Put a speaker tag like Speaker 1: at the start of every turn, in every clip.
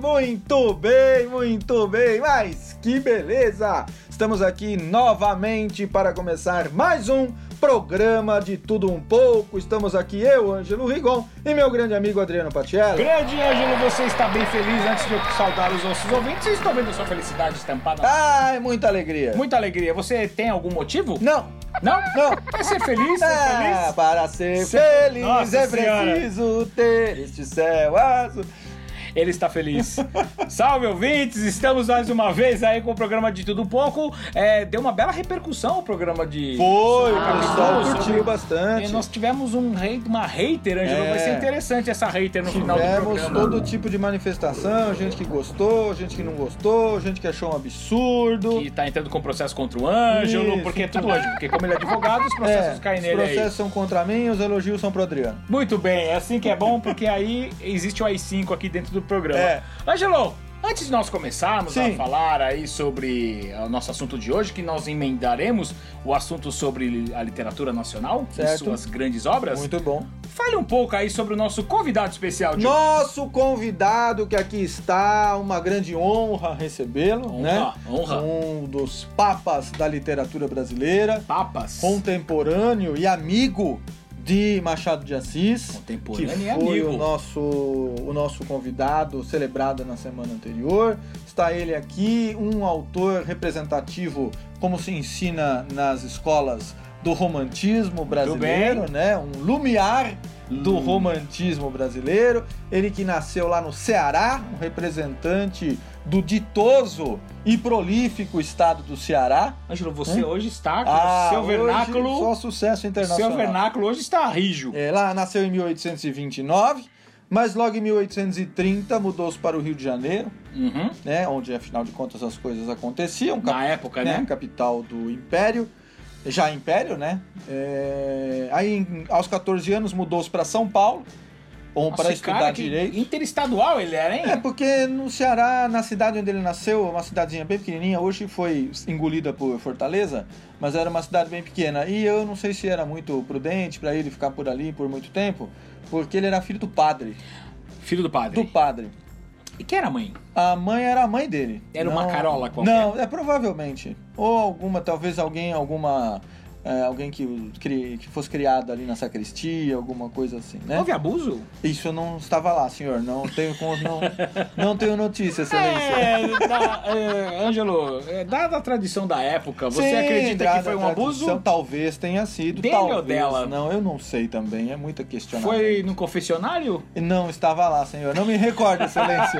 Speaker 1: Muito bem, muito bem, mas que beleza! Estamos aqui novamente para começar mais um programa de tudo um pouco. Estamos aqui eu, Ângelo Rigon, e meu grande amigo Adriano Patiello.
Speaker 2: Grande Ângelo, você está bem feliz antes de eu saudar os nossos ouvintes? Vocês estão vendo sua felicidade estampada?
Speaker 1: Ai, muita alegria.
Speaker 2: Muita alegria. Você tem algum motivo?
Speaker 1: Não,
Speaker 2: Não?
Speaker 1: não.
Speaker 2: É ser feliz? Ser
Speaker 1: Ah,
Speaker 2: feliz?
Speaker 1: para ser
Speaker 2: Ser-
Speaker 1: feliz
Speaker 2: Nossa
Speaker 1: é
Speaker 2: Senhora.
Speaker 1: preciso ter este céu azul.
Speaker 2: Ele está feliz. Salve, ouvintes! Estamos mais uma vez aí com o programa de Tudo um Pouco. É, deu uma bela repercussão o programa de...
Speaker 1: Foi,
Speaker 2: Ah,
Speaker 1: o pessoal
Speaker 2: sobre-
Speaker 1: curtiu
Speaker 2: E
Speaker 1: bastante.
Speaker 2: nós tivemos um rei, uma hater, Ângelo.
Speaker 1: É.
Speaker 2: Vai ser interessante essa hater no final do
Speaker 1: Tivemos
Speaker 2: programa. né?
Speaker 1: todo tipo de manifestação, gente que gostou, gente que não gostou, gente que achou um absurdo.
Speaker 2: Que tá entrando com processo contra o Ângelo,
Speaker 1: Isso.
Speaker 2: porque é tudo Ângelo. Porque como ele é advogado, os processos
Speaker 1: É,
Speaker 2: caem
Speaker 1: os
Speaker 2: nele aí.
Speaker 1: processos são contra mim, os elogios são pro Adriano.
Speaker 2: Muito bem, é assim que é bom, porque aí existe o AI5 aqui dentro do programa.
Speaker 1: É.
Speaker 2: Ângelo, antes de nós começarmos a
Speaker 1: Sim.
Speaker 2: falar aí sobre o nosso assunto de hoje, que nós emendaremos o assunto sobre a literatura nacional e
Speaker 1: Certo.
Speaker 2: suas grandes obras,
Speaker 1: Muito bom.
Speaker 2: fale um pouco aí sobre o nosso convidado especial de hoje.
Speaker 1: Nosso convidado que aqui está, uma grande honra recebê-lo,
Speaker 2: Honra,
Speaker 1: né?
Speaker 2: honra.
Speaker 1: Um dos papas da literatura brasileira,
Speaker 2: Papas.
Speaker 1: contemporâneo e amigo de Machado de Assis. Que
Speaker 2: Contemporâneo
Speaker 1: foi
Speaker 2: e é amigo.
Speaker 1: O, nosso, o nosso convidado celebrado na semana anterior. Está ele aqui, um autor representativo, como se ensina nas escolas do romantismo brasileiro, né? Um lumiar do
Speaker 2: Hum.
Speaker 1: romantismo brasileiro. Ele que nasceu lá no Ceará, um representante do ditoso e prolífico estado do Ceará.
Speaker 2: Ângelo, você hoje está com o seu
Speaker 1: Ah, hoje
Speaker 2: vernáculo.
Speaker 1: só sucesso internacional.
Speaker 2: Seu vernáculo hoje está rijo.
Speaker 1: É, lá nasceu em 1829, mas logo em 1830 mudou-se para o Rio de Janeiro,
Speaker 2: Uhum.
Speaker 1: né, onde afinal de contas as coisas aconteciam, cap-
Speaker 2: Na época,
Speaker 1: né,
Speaker 2: né?
Speaker 1: capital do Império, já Império, né? É, aí em- aos 14 anos mudou-se para São Paulo, ou
Speaker 2: Nossa,
Speaker 1: para
Speaker 2: esse cara
Speaker 1: estudar
Speaker 2: que
Speaker 1: direito.
Speaker 2: Interestadual ele era, hein?
Speaker 1: É, porque no Ceará, na cidade onde ele nasceu, é uma cidadezinha bem pequenininha, hoje foi engolida por Fortaleza, mas era uma cidade bem pequena. E eu não sei se era muito prudente pra ele ficar por ali por muito tempo, porque ele era filho do padre.
Speaker 2: Filho do padre.
Speaker 1: Do padre.
Speaker 2: E quem era a mãe?
Speaker 1: A mãe era a mãe dele.
Speaker 2: Era uma carola qualquer.
Speaker 1: Não, é provavelmente. Ou alguma, talvez alguém, alguma... é, alguém que, cri- que fosse criado ali na sacristia, alguma coisa assim, né?
Speaker 2: Houve abuso?
Speaker 1: Isso eu não estava lá, senhor. Não tenho, con- não, não tenho notícia, excelência.
Speaker 2: É, da- é, Ângelo, é, dada a tradição da época, você
Speaker 1: Sim,
Speaker 2: acredita
Speaker 1: dada
Speaker 2: que foi
Speaker 1: a
Speaker 2: um
Speaker 1: tradição,
Speaker 2: abuso?
Speaker 1: Talvez tenha sido.
Speaker 2: Dele ou
Speaker 1: talvez,
Speaker 2: dela?
Speaker 1: Não, eu não sei também. É muita questionável.
Speaker 2: Foi no confessionário?
Speaker 1: Não estava lá, senhor. Não me recordo, excelência.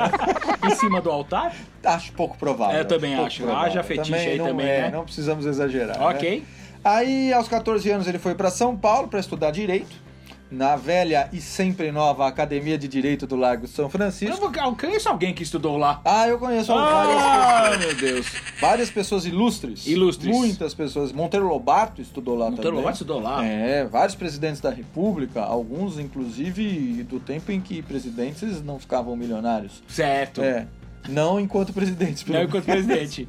Speaker 2: Em cima do altar?
Speaker 1: acho pouco provável.
Speaker 2: É, Eu também
Speaker 1: pouco
Speaker 2: acho.
Speaker 1: provável.
Speaker 2: Haja fetiche aí
Speaker 1: não
Speaker 2: também,
Speaker 1: é,
Speaker 2: né?
Speaker 1: Não precisamos exagerar. né?
Speaker 2: ok.
Speaker 1: Aí, aos 14 anos, ele foi para São Paulo para estudar Direito. Na velha e sempre nova Academia de Direito do Largo São
Speaker 2: Eu
Speaker 1: Francisco.
Speaker 2: vou- eu conheço alguém que estudou lá.
Speaker 1: Ah, eu conheço várias,
Speaker 2: Ah, meu Deus.
Speaker 1: várias pessoas ilustres.
Speaker 2: Ilustres.
Speaker 1: Muitas pessoas. Monteiro Lobato estudou lá
Speaker 2: Monteiro
Speaker 1: também.
Speaker 2: Lobato Então, estudou lá.
Speaker 1: É, vários presidentes da República, alguns inclusive do tempo em que presidentes não ficavam milionários.
Speaker 2: Certo.
Speaker 1: É, não enquanto presidentes. pelo
Speaker 2: Então- Não enquanto
Speaker 1: menos.
Speaker 2: presidente.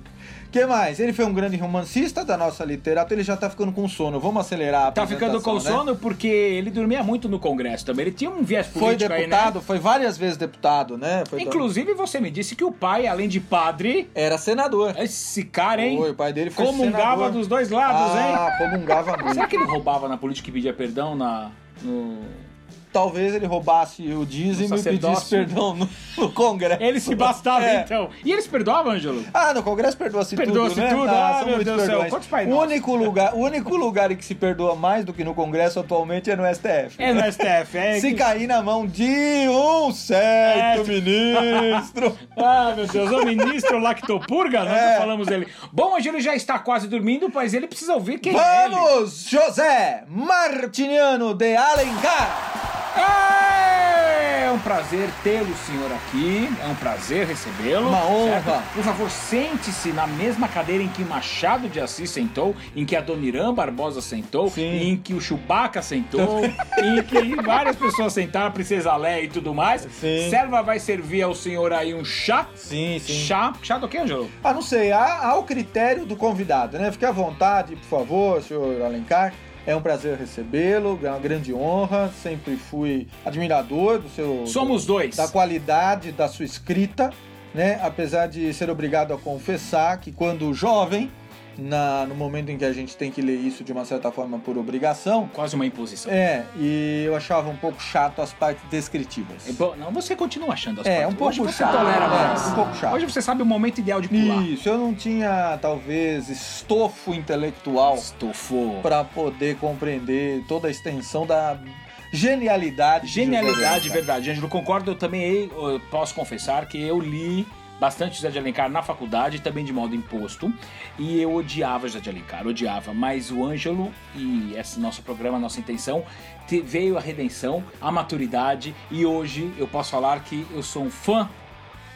Speaker 1: que mais? Ele foi um grande romancista da nossa literatura, ele já tá ficando com sono. Vamos acelerar a
Speaker 2: Tá ficando com
Speaker 1: apresentação, né?
Speaker 2: sono porque ele dormia muito no Congresso também. Ele tinha um viés
Speaker 1: Foi
Speaker 2: político aí, né?
Speaker 1: deputado, foi várias vezes deputado, né? Foi
Speaker 2: Inclusive, você me disse que o pai, além de padre,
Speaker 1: Era senador.
Speaker 2: esse cara, É, hein?
Speaker 1: Foi, o pai dele foi
Speaker 2: Comungava
Speaker 1: senador.
Speaker 2: dos dois lados,
Speaker 1: ah, comungava
Speaker 2: hein?
Speaker 1: muito.
Speaker 2: Será que ele roubava na política e pedia perdão na, no...
Speaker 1: Talvez ele roubasse o dízimo
Speaker 2: No
Speaker 1: e pedisse
Speaker 2: sacerdócio.
Speaker 1: perdão no, no Congresso.
Speaker 2: Ele se bastava,
Speaker 1: É.
Speaker 2: então. E eles perdoavam, Ângelo?
Speaker 1: Ah, no Congresso perdoa-se tudo,
Speaker 2: Perdoa-se
Speaker 1: né?
Speaker 2: tudo, ah,
Speaker 1: são
Speaker 2: meu
Speaker 1: muitos
Speaker 2: Deus do céu,
Speaker 1: perdões.
Speaker 2: quantos Pai
Speaker 1: o
Speaker 2: Nosso?
Speaker 1: único lugar, O único lugar em que se perdoa mais do que no Congresso atualmente é no STF.
Speaker 2: É no STF, é...
Speaker 1: Se
Speaker 2: que-
Speaker 1: cair na mão de um certo
Speaker 2: É.
Speaker 1: ministro.
Speaker 2: Ah, meu Deus, o ministro Lactopurga, nós
Speaker 1: É.
Speaker 2: não falamos dele. Bom, Ângelo já está quase dormindo, mas ele precisa ouvir quem é ele.
Speaker 1: Vamos, José Martiniano de Alencar.
Speaker 2: É um prazer tê-lo, senhor, aqui. É um prazer recebê-lo.
Speaker 1: Uma honra.
Speaker 2: certo? Por favor, sente-se na mesma cadeira em que Machado de Assis sentou, em que Adoniran Barbosa sentou,
Speaker 1: Sim.
Speaker 2: em que o Chewbacca sentou, em que várias pessoas sentaram, a Princesa Leia e tudo mais.
Speaker 1: Sim.
Speaker 2: Serva vai servir ao senhor aí um chá.
Speaker 1: Sim,
Speaker 2: Chá. Chá do que, Ângelo?
Speaker 1: Ah, não sei, há, há o critério do convidado, né? Fique à vontade, por favor, senhor Alencar. É um prazer recebê-lo, é uma grande honra. Sempre fui admirador do seu.
Speaker 2: Somos dois.
Speaker 1: da qualidade da sua escrita, né? Apesar de ser obrigado a confessar que quando jovem, na- no momento em que a gente tem que ler isso de uma certa forma por obrigação,
Speaker 2: Quase uma imposição.
Speaker 1: é, e eu achava um pouco chato as partes descritivas.
Speaker 2: É bom- Não, você continua achando as
Speaker 1: É,
Speaker 2: partes.
Speaker 1: um pouco
Speaker 2: Hoje você
Speaker 1: chato,
Speaker 2: tolera
Speaker 1: é,
Speaker 2: mais.
Speaker 1: um pouco chato.
Speaker 2: Hoje você sabe o momento ideal de pular.
Speaker 1: Isso, eu não tinha, talvez, estofo intelectual
Speaker 2: Estofou.
Speaker 1: para poder compreender toda a extensão da genialidade. de
Speaker 2: Genialidade,
Speaker 1: José de Alencar.
Speaker 2: verdade, Ângelo. Concordo, eu também eu posso confessar que eu li bastante José de Alencar na faculdade, também de modo imposto, e eu odiava José de Alencar, odiava, mas o Ângelo e esse nosso programa, nossa intenção, te- veio a redenção, a maturidade, e hoje eu posso falar que eu sou um fã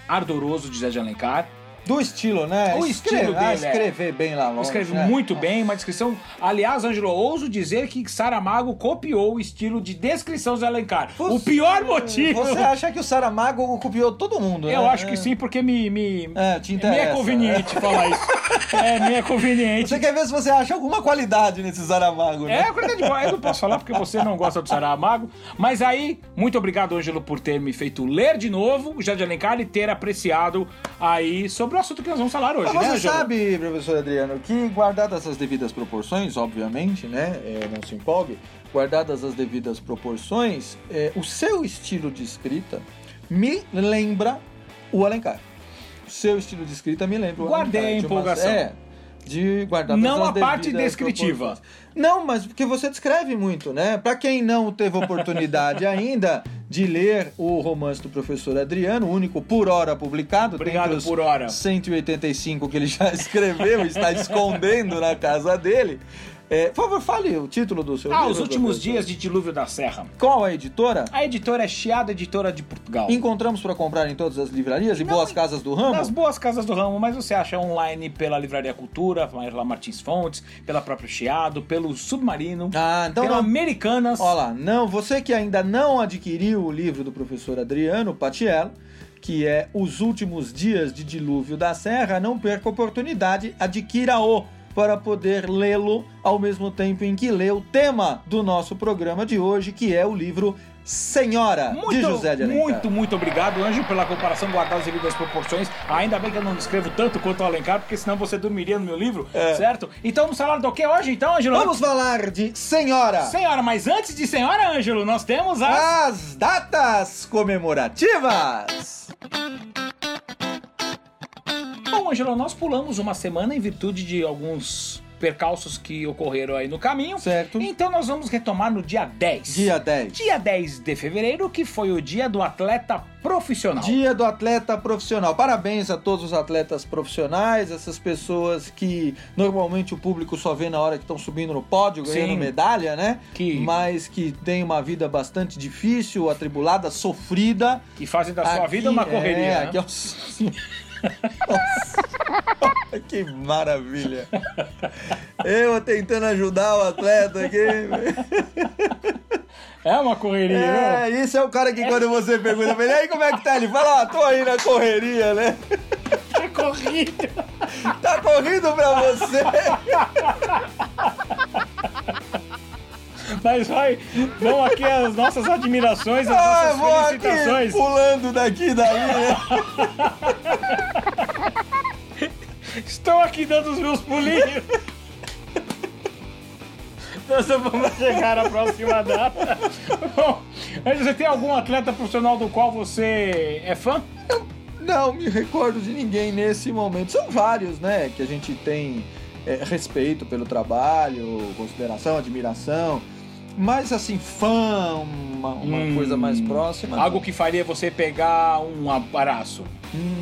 Speaker 2: ardoroso de José de Alencar,
Speaker 1: Do estilo, né?
Speaker 2: O estilo
Speaker 1: ah,
Speaker 2: dele, é.
Speaker 1: escrever bem lá longe.
Speaker 2: Escreve
Speaker 1: né?
Speaker 2: muito bem, uma descrição. Aliás, Ângelo, ouso dizer que Saramago copiou o estilo de descrição de Alencar. o
Speaker 1: Você-
Speaker 2: pior motivo.
Speaker 1: Você acha que o Saramago copiou todo mundo, né?
Speaker 2: Eu acho que sim, porque me. me...
Speaker 1: É, te
Speaker 2: me
Speaker 1: interessa.
Speaker 2: é conveniente falar isso. É, me é conveniente.
Speaker 1: Você quer ver se você acha alguma qualidade nesse Saramago, né?
Speaker 2: É, a qualidade boa. Eu não posso falar porque você não gosta do Saramago. Mas aí, muito obrigado, Ângelo, por ter me feito ler de novo o Jardim Alencar e ter apreciado aí sobre o assunto que nós vamos falar hoje,
Speaker 1: Mas
Speaker 2: né,
Speaker 1: você
Speaker 2: Ângelo?
Speaker 1: sabe, professor Adriano, que guardadas as devidas proporções, obviamente, né? é, não se empolgue, guardadas as devidas proporções, é, o seu estilo de escrita me lembra o Alencar. O seu estilo de escrita me lembra o
Speaker 2: Guardei
Speaker 1: Alencar.
Speaker 2: a
Speaker 1: de uma-
Speaker 2: empolgação.
Speaker 1: é, de guardadas
Speaker 2: Não
Speaker 1: as
Speaker 2: a parte
Speaker 1: devidas
Speaker 2: descritiva.
Speaker 1: proporções. Não, mas porque você descreve muito, né? Pra quem não teve oportunidade ainda de ler o romance do professor Adriano, o único por hora publicado, dentre
Speaker 2: Obrigado
Speaker 1: os
Speaker 2: por hora.
Speaker 1: 185 que ele já escreveu e está escondendo na casa dele. É, por favor, fale o título do seu
Speaker 2: Ah,
Speaker 1: livro.
Speaker 2: os últimos
Speaker 1: professor.
Speaker 2: dias de Dilúvio da Serra.
Speaker 1: Qual a editora?
Speaker 2: A editora é Chiada Editora de Portugal.
Speaker 1: Encontramos para comprar em todas as livrarias e
Speaker 2: Não,
Speaker 1: boas
Speaker 2: em-
Speaker 1: casas do ramo?
Speaker 2: Nas boas casas do ramo, mas você acha online pela Livraria Cultura, pela Martins Fontes, pela própria Chiado, pelo Submarino,
Speaker 1: Ah, então
Speaker 2: pela
Speaker 1: não.
Speaker 2: Americanas.
Speaker 1: Olha lá, não, você que ainda não adquiriu o livro do professor Adriano Patiello, que é Os Últimos Dias de Dilúvio da Serra, não perca a oportunidade, adquira-o para poder lê-lo ao mesmo tempo em que lê o tema do nosso programa de hoje, que é o livro Senhora, de José de Alencar.
Speaker 2: muito, muito obrigado, Anjo, pela comparação guardar as devidas proporções. Ainda bem que eu não escrevo tanto quanto o Alencar, porque senão você dormiria no meu livro, certo? Então, vamos falar do que hoje, então, Ângelo?
Speaker 1: É. Vamos falar de Senhora,
Speaker 2: Senhora, mas antes de Senhora, Ângelo, nós temos
Speaker 1: Ah.
Speaker 2: a...
Speaker 1: as datas comemorativas.
Speaker 2: Bom, Ângelo, nós pulamos uma semana em virtude de alguns percalços que ocorreram aí no caminho.
Speaker 1: Certo?
Speaker 2: Então nós vamos retomar no dia 10.
Speaker 1: Dia 10.
Speaker 2: Dia 10 de fevereiro, que foi o dia do atleta profissional.
Speaker 1: Dia do atleta profissional. Parabéns a todos os atletas profissionais, essas pessoas que normalmente o público só vê na hora que estão subindo no pódio,
Speaker 2: Sim.
Speaker 1: ganhando medalha, né?
Speaker 2: Que-
Speaker 1: Mas que tem uma vida bastante difícil, atribulada, sofrida.
Speaker 2: Que fazem da sua
Speaker 1: Aqui-
Speaker 2: vida uma correria.
Speaker 1: É,
Speaker 2: né?
Speaker 1: aqui é um... Nossa, que maravilha. Eu tentando ajudar o atleta aqui.
Speaker 2: É uma correria, né?
Speaker 1: É, isso é o cara que quando você pergunta pra ele, "E aí como é que tá? Ele fala, ó, tô aí na correria, né?
Speaker 2: É corrida.
Speaker 1: Tá corrido pra você!
Speaker 2: Mas vai, vão aqui as nossas admirações, as
Speaker 1: Ah, vou
Speaker 2: nossas
Speaker 1: aqui
Speaker 2: felicitações.
Speaker 1: pulando daqui e dali, né?
Speaker 2: Estou aqui dando os meus pulinhos. Nós vamos chegar à próxima data. Bom, Ângelo, você tem algum atleta profissional do qual você é fã?
Speaker 1: Não me recordo de ninguém nesse momento. São vários, né? Que a gente tem é, respeito pelo trabalho, consideração, admiração. Mas assim, fã, uma, uma
Speaker 2: Hum,
Speaker 1: coisa mais próxima.
Speaker 2: Algo que faria você pegar um abraço.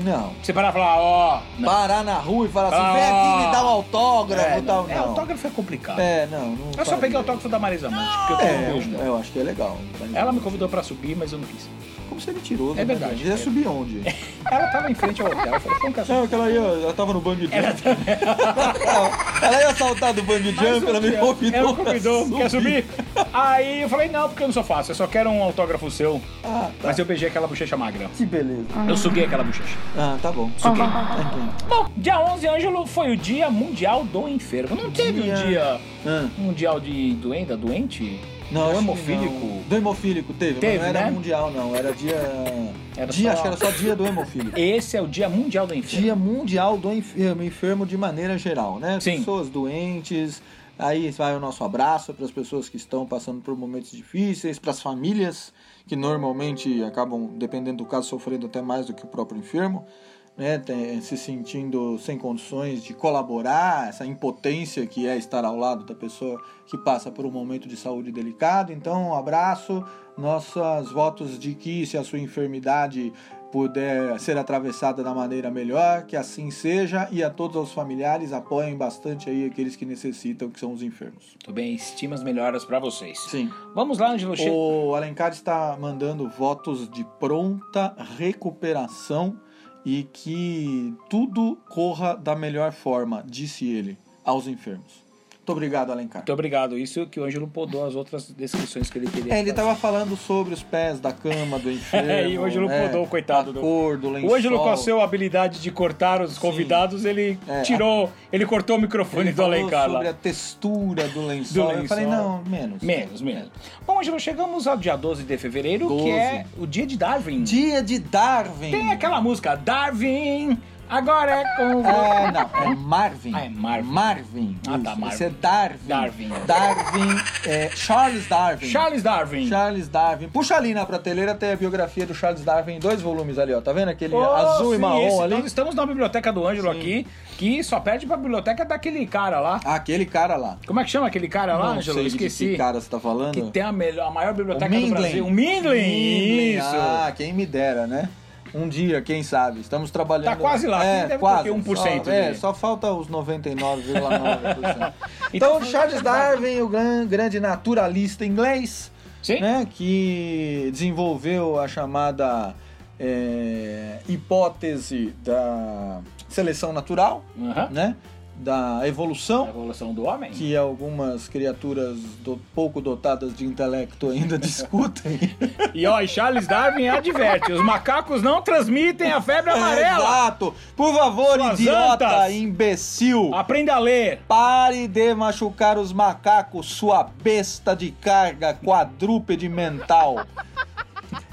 Speaker 1: Não.
Speaker 2: Você parar e falar, ó. não.
Speaker 1: Parar na rua e falar assim,
Speaker 2: Ah.
Speaker 1: vem aqui me dá um autógrafo
Speaker 2: É,
Speaker 1: e tal.
Speaker 2: não. É,
Speaker 1: então não.
Speaker 2: autógrafo é complicado.
Speaker 1: É, não. não
Speaker 2: eu só
Speaker 1: faria.
Speaker 2: peguei o autógrafo da Marisa Monte, porque eu tenho
Speaker 1: É,
Speaker 2: um beijo
Speaker 1: eu,
Speaker 2: dela.
Speaker 1: eu acho que é legal. Mas
Speaker 2: Ela me convidou pra subir, mas eu não quis.
Speaker 1: Como seria mentiroso.
Speaker 2: É
Speaker 1: né?
Speaker 2: verdade. É.
Speaker 1: Ele ia subir onde?
Speaker 2: Ela tava em frente ao hotel. Eu falei, "Pô, cara,
Speaker 1: Não, aquela ia, ela tava no bang jump. Não, ela ia saltar do bang
Speaker 2: Mas
Speaker 1: jump,
Speaker 2: o
Speaker 1: ela me
Speaker 2: que- é?
Speaker 1: convidou.
Speaker 2: Ela me
Speaker 1: pra
Speaker 2: convidou, quer subir? Aí eu falei, não, porque eu não sou fácil, eu só quero um autógrafo seu.
Speaker 1: Ah, tá.
Speaker 2: Mas eu beijei aquela bochecha magra.
Speaker 1: Que beleza.
Speaker 2: Eu suguei aquela bochecha.
Speaker 1: Ah, tá bom.
Speaker 2: Suguei.
Speaker 1: Ah,
Speaker 2: Bom, dia 11, Ângelo, foi o dia mundial do enfermo. Não teve um
Speaker 1: Dia-
Speaker 2: dia
Speaker 1: ah.
Speaker 2: mundial de doenda, doente?
Speaker 1: Não,
Speaker 2: do
Speaker 1: acho que
Speaker 2: hemofílico.
Speaker 1: não. Do hemofílico teve,
Speaker 2: Teve,
Speaker 1: mas não era
Speaker 2: né?
Speaker 1: mundial, não. Era dia.
Speaker 2: Era
Speaker 1: dia
Speaker 2: só-
Speaker 1: Acho que era só dia do hemofílico.
Speaker 2: Esse é o Dia Mundial do Enfermo.
Speaker 1: Dia Mundial do Enfermo, enfermo de maneira geral, né?
Speaker 2: Sim.
Speaker 1: Pessoas doentes. Aí vai o nosso abraço para as pessoas que estão passando por momentos difíceis, para as famílias que normalmente acabam, dependendo do caso, sofrendo até mais do que o próprio enfermo, né? Tem- se sentindo sem condições de colaborar, essa impotência que é estar ao lado da pessoa que passa por um momento de saúde delicado. Então, um abraço, nossos votos de que se a sua enfermidade puder ser atravessada da maneira melhor, que assim seja, e a todos os familiares apoiem bastante aí aqueles que necessitam, que são os enfermos.
Speaker 2: Tudo bem, estimas melhoras pra vocês.
Speaker 1: Sim.
Speaker 2: Vamos lá, Angelo. Che-
Speaker 1: O Alencar está mandando votos de pronta recuperação e que tudo corra da melhor forma, disse ele aos enfermos. Muito obrigado, Alencar.
Speaker 2: Muito obrigado. Isso que o Ângelo podou as outras descrições que ele queria.
Speaker 1: É, ele
Speaker 2: fazer.
Speaker 1: estava falando sobre os pés da cama do enfermo.
Speaker 2: É, e o Ângelo
Speaker 1: né,
Speaker 2: podou, coitado
Speaker 1: A
Speaker 2: do-
Speaker 1: cor do lençol.
Speaker 2: O Ângelo, com a sua habilidade de cortar os convidados, ele
Speaker 1: É,
Speaker 2: tirou. Ele cortou o microfone
Speaker 1: Ele
Speaker 2: do
Speaker 1: falou
Speaker 2: Alencar lá.
Speaker 1: sobre a textura do lençol.
Speaker 2: Do
Speaker 1: Eu falei,
Speaker 2: lençol.
Speaker 1: não, menos.
Speaker 2: Menos, menos. Bom, Ângelo, chegamos ao dia 12 de fevereiro, que
Speaker 1: 12.
Speaker 2: é o dia de Darwin.
Speaker 1: Dia de Darwin.
Speaker 2: Tem aquela música, Darwin, agora é com...
Speaker 1: É, não, é Marvin.
Speaker 2: Ah, é Marvin.
Speaker 1: Marvin.
Speaker 2: Ah, tá,
Speaker 1: isso.
Speaker 2: Marvin.
Speaker 1: Esse é Darwin.
Speaker 2: Darwin.
Speaker 1: Darwin, é, Charles Darwin.
Speaker 2: Charles Darwin.
Speaker 1: Charles Darwin. Puxa ali na prateleira, tem a biografia do Charles Darwin em dois volumes ali, ó. Tá vendo aquele
Speaker 2: Oh,
Speaker 1: azul e
Speaker 2: sim,
Speaker 1: marrom
Speaker 2: esse.
Speaker 1: ali?
Speaker 2: Nós estamos na biblioteca do Ângelo
Speaker 1: Sim.
Speaker 2: aqui, que só perde pra biblioteca daquele cara lá.
Speaker 1: Ah, Aquele cara lá.
Speaker 2: Como é que chama aquele cara lá,
Speaker 1: não
Speaker 2: tá- Ângelo?
Speaker 1: sei
Speaker 2: Eu
Speaker 1: de
Speaker 2: Esqueci.
Speaker 1: que cara você tá falando.
Speaker 2: Que tem a, melhor, a maior biblioteca
Speaker 1: O
Speaker 2: do
Speaker 1: Mindlin.
Speaker 2: Brasil. O Mindlin!
Speaker 1: Mindlin,
Speaker 2: Isso!
Speaker 1: Ah, quem me dera, né? Um dia, quem sabe? Estamos trabalhando.
Speaker 2: Tá quase lá,
Speaker 1: é,
Speaker 2: deve ter
Speaker 1: quase.
Speaker 2: o quê? 1%
Speaker 1: Só, é,
Speaker 2: de-
Speaker 1: só falta os 99,9%. então, Charles Darwin, o gran- grande naturalista inglês,
Speaker 2: Sim?
Speaker 1: né, que desenvolveu a chamada é, hipótese da seleção natural,
Speaker 2: Aham.
Speaker 1: né, da
Speaker 2: A
Speaker 1: evolução,
Speaker 2: evolução do homem?
Speaker 1: que algumas criaturas do- pouco dotadas de intelecto ainda discutem.
Speaker 2: E ó, e Charles Darwin adverte: os macacos não transmitem a febre amarela.
Speaker 1: Exato! Por favor,
Speaker 2: Suas
Speaker 1: idiota,
Speaker 2: antas.
Speaker 1: imbecil!
Speaker 2: Aprenda a ler.
Speaker 1: Pare de machucar os macacos, sua besta de carga quadrúpede mental.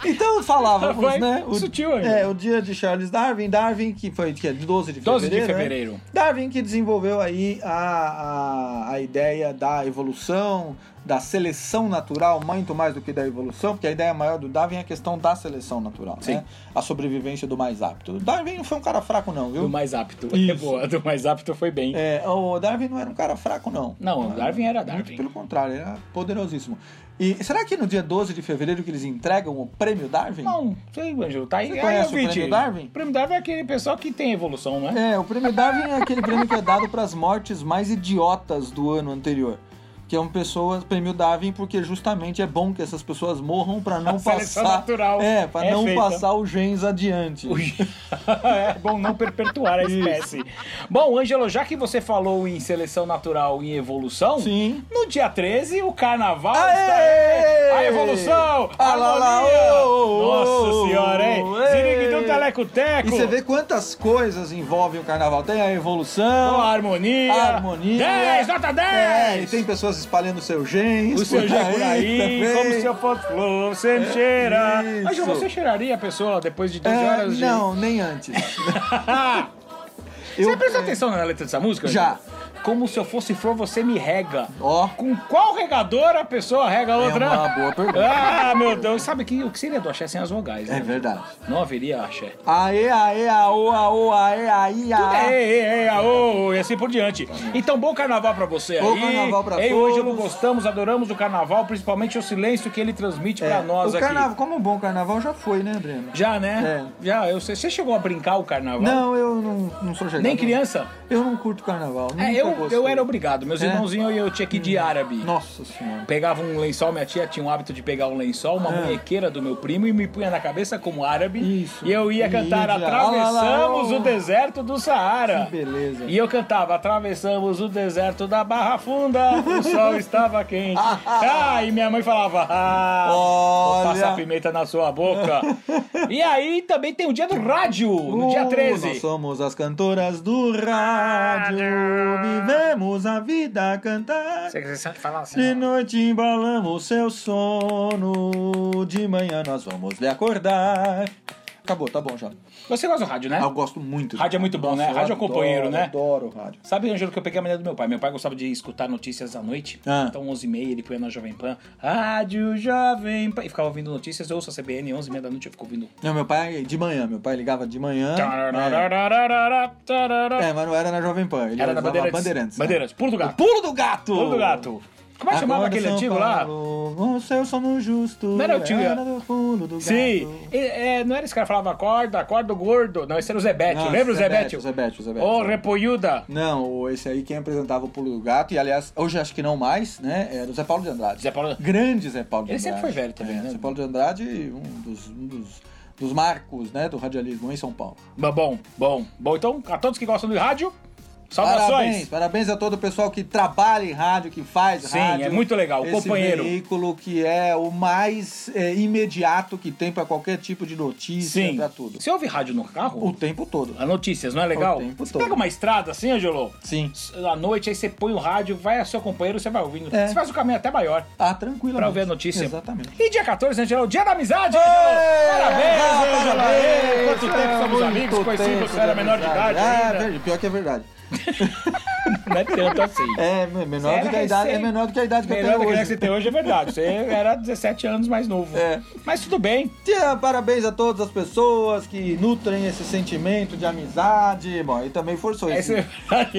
Speaker 1: Então falávamos,
Speaker 2: Foi
Speaker 1: né? O,
Speaker 2: sutil, hein?
Speaker 1: é, o dia de Charles Darwin, Darwin que foi que é 12 de
Speaker 2: 12 de
Speaker 1: fevereiro. né?
Speaker 2: fevereiro.
Speaker 1: Darwin que desenvolveu aí a, a, a ideia da evolução, da seleção natural, muito mais do que da evolução, porque a ideia maior do Darwin é a questão da seleção natural,
Speaker 2: Sim.
Speaker 1: né? A sobrevivência do mais apto. O Darwin não foi um cara fraco não,
Speaker 2: Do
Speaker 1: viu?
Speaker 2: mais apto.
Speaker 1: Isso.
Speaker 2: É boa, do mais apto foi bem.
Speaker 1: É, o Darwin não era um cara fraco não.
Speaker 2: Não, o Darwin era
Speaker 1: Muito
Speaker 2: Darwin.
Speaker 1: pelo contrário, era poderosíssimo. E será que no dia 12 de fevereiro que eles entregam o prêmio Darwin?
Speaker 2: Não, sei, Ângelo, tá aí.
Speaker 1: Você
Speaker 2: aí,
Speaker 1: conhece o
Speaker 2: ouvinte.
Speaker 1: prêmio Darwin?
Speaker 2: O prêmio Darwin é aquele pessoal que tem evolução, né?
Speaker 1: É, o prêmio Darwin é aquele prêmio que é dado para as mortes mais idiotas do ano anterior. Que é um pessoa, prêmio Darwin, porque justamente é bom que essas pessoas morram para não
Speaker 2: A seleção
Speaker 1: passar.
Speaker 2: natural
Speaker 1: é, para
Speaker 2: é
Speaker 1: não
Speaker 2: feita.
Speaker 1: passar os genes adiante.
Speaker 2: Ui. é bom não perpetuar a espécie. Bom, Ângelo, já que você falou em seleção natural e evolução,
Speaker 1: Sim.
Speaker 2: no dia 13 o carnaval
Speaker 1: Aê!
Speaker 2: está. é, A evolução!
Speaker 1: Ah,
Speaker 2: A
Speaker 1: lá, lá,
Speaker 2: harmonia.
Speaker 1: ô, ô,
Speaker 2: Nossa
Speaker 1: ô,
Speaker 2: senhora, hein?
Speaker 1: ô,
Speaker 2: Zirigue do
Speaker 1: ê.
Speaker 2: Telecoteco!
Speaker 1: E você vê quantas coisas envolvem o carnaval. Tem a
Speaker 2: Ó, a
Speaker 1: evolução,
Speaker 2: harmonia!
Speaker 1: a é harmonia.
Speaker 2: 10, nota 10!
Speaker 1: É, e tem pessoas espalhando seus genes.
Speaker 2: O seu jeito por aí,
Speaker 1: também. É
Speaker 2: como se eu fosse flor, você me cheira.
Speaker 1: isso.
Speaker 2: Ângelo, você cheiraria a pessoa depois de 12
Speaker 1: É,
Speaker 2: horas de...
Speaker 1: Não, nem antes. Eu-
Speaker 2: você prestou atenção na letra dessa música?
Speaker 1: Já.
Speaker 2: Ângelo? Como se eu fosse flor, você me rega.
Speaker 1: Ó. é
Speaker 2: Com qual regador a pessoa rega a outra?
Speaker 1: uma boa pergunta.
Speaker 2: Ah, meu Deus. Sabe que, o que seria do axé sem as vogais, né?
Speaker 1: É verdade.
Speaker 2: Não haveria axé.
Speaker 1: Aê, aê, aô, aô, aê, aê,
Speaker 2: Tudo é,
Speaker 1: aê.
Speaker 2: é, é, aô, e assim por diante. Então, bom carnaval pra você
Speaker 1: Bom
Speaker 2: aí.
Speaker 1: carnaval pra
Speaker 2: Ei,
Speaker 1: todos.
Speaker 2: Ângelo, gostamos, adoramos o carnaval, principalmente o silêncio que ele transmite pra nós
Speaker 1: É, o
Speaker 2: aqui.
Speaker 1: carnaval, como um bom carnaval já foi, né, Breno?
Speaker 2: Já, né? Já, eu sei. Você chegou a brincar o carnaval?
Speaker 1: Não, eu não, não sou chegado.
Speaker 2: Nem criança?
Speaker 1: Eu não curto carnaval.
Speaker 2: É,
Speaker 1: nunca
Speaker 2: eu,
Speaker 1: gostei.
Speaker 2: eu era obrigado. Meus
Speaker 1: É?
Speaker 2: irmãozinhos e eu tinha que ir de árabe.
Speaker 1: Nossa senhora.
Speaker 2: Pegava um lençol, minha tia tinha o hábito de pegar um lençol, uma
Speaker 1: É.
Speaker 2: munhequeira do meu primo e me punha na cabeça como árabe.
Speaker 1: Isso.
Speaker 2: E eu ia
Speaker 1: E
Speaker 2: cantar
Speaker 1: ia de árabe.
Speaker 2: Atravessamos
Speaker 1: Ah, lá, lá,
Speaker 2: o
Speaker 1: ó.
Speaker 2: deserto do Saara.
Speaker 1: Que beleza.
Speaker 2: E eu cantava Atravessamos o deserto da Barra Funda, o sol estava quente. ah, e minha mãe falava ah, Vou
Speaker 1: Olha.
Speaker 2: passar pimenta na sua boca. e aí também tem o dia do rádio, no dia
Speaker 1: Uh,
Speaker 2: 13. Ah,
Speaker 1: Nós somos as cantoras do rádio. Vemos a vida cantar.
Speaker 3: Você você sabe falar assim?
Speaker 1: De
Speaker 3: ó.
Speaker 1: noite embalamos seu sono, de manhã nós vamos lhe acordar. Acabou, tá bom já.
Speaker 2: Você gosta do rádio, né?
Speaker 1: Ah, Eu gosto muito.
Speaker 2: Rádio é muito bom, né?
Speaker 1: eu
Speaker 2: Rádio é
Speaker 1: adoro,
Speaker 2: companheiro, né?
Speaker 1: Adoro rádio.
Speaker 2: Sabe, Angelo, que eu peguei a maneira do meu pai. Meu pai gostava de escutar notícias à noite.
Speaker 1: Ah.
Speaker 2: Então, 11h30, ele punha na Jovem Pan. Rádio Jovem Pan. E ficava ouvindo notícias. Eu ouço a CBN, 11h30 da noite, eu fico ouvindo...
Speaker 1: Não, meu pai, de manhã, meu pai ligava de manhã. né? É, mas não era na Jovem Pan. Ele
Speaker 2: Era da
Speaker 1: usava
Speaker 2: Bandeirantes.
Speaker 1: Bandeirantes. né?
Speaker 2: Bandeirantes. Pulo do
Speaker 1: O
Speaker 2: gato.
Speaker 1: pulo do gato!
Speaker 2: Pulo do gato. Como é que chamava
Speaker 1: Agora
Speaker 2: aquele
Speaker 1: São
Speaker 2: antigo lá?
Speaker 1: Paulo, O seu sono justo.
Speaker 2: Não era o tio,
Speaker 1: é a
Speaker 2: é?
Speaker 1: hora do pulo do
Speaker 2: Sim.
Speaker 1: gato.
Speaker 2: É, é, não era esse cara que falava acorda, acorda o gordo. Não, esse era o Zebete.
Speaker 1: Não,
Speaker 2: Lembra o
Speaker 1: Zebete,
Speaker 2: Zebete?
Speaker 1: o Zebete, o Zebete.
Speaker 2: Ô, Repoiuda.
Speaker 1: Não, o- esse aí quem apresentava o Pulo do Gato, e aliás, hoje acho que não mais, né? Era o Zé Paulo de Andrade.
Speaker 2: Zé Paulo-
Speaker 1: Grande Zé Paulo de
Speaker 2: Ele
Speaker 1: Andrade.
Speaker 2: sempre foi velho também,
Speaker 1: É,
Speaker 2: né?
Speaker 1: Zé Paulo de Andrade, um dos, um dos, dos marcos, né, do radialismo em São Paulo.
Speaker 2: Mas Bom, bom, bom. Então, a todos que gostam do rádio, saudações.
Speaker 1: Parabéns, parabéns a todo o pessoal que trabalha em rádio, que faz
Speaker 2: Sim,
Speaker 1: rádio.
Speaker 2: é muito legal,
Speaker 1: Esse
Speaker 2: companheiro.
Speaker 1: veículo que é o mais é, imediato que tem pra qualquer tipo de notícia,
Speaker 2: Sim.
Speaker 1: pra tudo.
Speaker 2: Você ouve rádio no carro?
Speaker 1: O tempo todo.
Speaker 2: A notícias, não é legal?
Speaker 1: O tempo
Speaker 2: Você
Speaker 1: todo.
Speaker 2: pega uma estrada assim, Angelô,
Speaker 1: Sim.
Speaker 2: à noite, aí você põe o rádio, vai ao seu companheiro, você vai ouvindo.
Speaker 1: É.
Speaker 2: Você faz o caminho até maior
Speaker 1: Ah, tranquilo.
Speaker 2: pra ouvir a notícia.
Speaker 1: Exatamente.
Speaker 2: E dia 14, Angelô, dia da amizade, Angelô!
Speaker 1: Ei,
Speaker 2: Parabéns,
Speaker 1: ah,
Speaker 2: Angelô!
Speaker 1: parabéns.
Speaker 2: Quanto tempo somos
Speaker 1: é Muito
Speaker 2: amigos, conheci
Speaker 1: tempo
Speaker 2: você era menor de idade
Speaker 1: amizade. É,
Speaker 2: ainda.
Speaker 1: verdade, pior que é verdade.
Speaker 2: Não é tanto assim.
Speaker 1: É me- menor
Speaker 2: Era
Speaker 1: do que a idade, é
Speaker 2: recém-
Speaker 1: menor do que a idade que
Speaker 2: Melhor
Speaker 1: eu
Speaker 2: do
Speaker 1: tenho hoje.
Speaker 2: que a que você tem hoje é verdade. Você era 17 anos mais novo.
Speaker 1: É.
Speaker 2: Mas tudo bem.
Speaker 1: Tia, parabéns a todas as pessoas que nutrem esse sentimento de amizade, bom, e também forçou isso.
Speaker 2: Esse- é-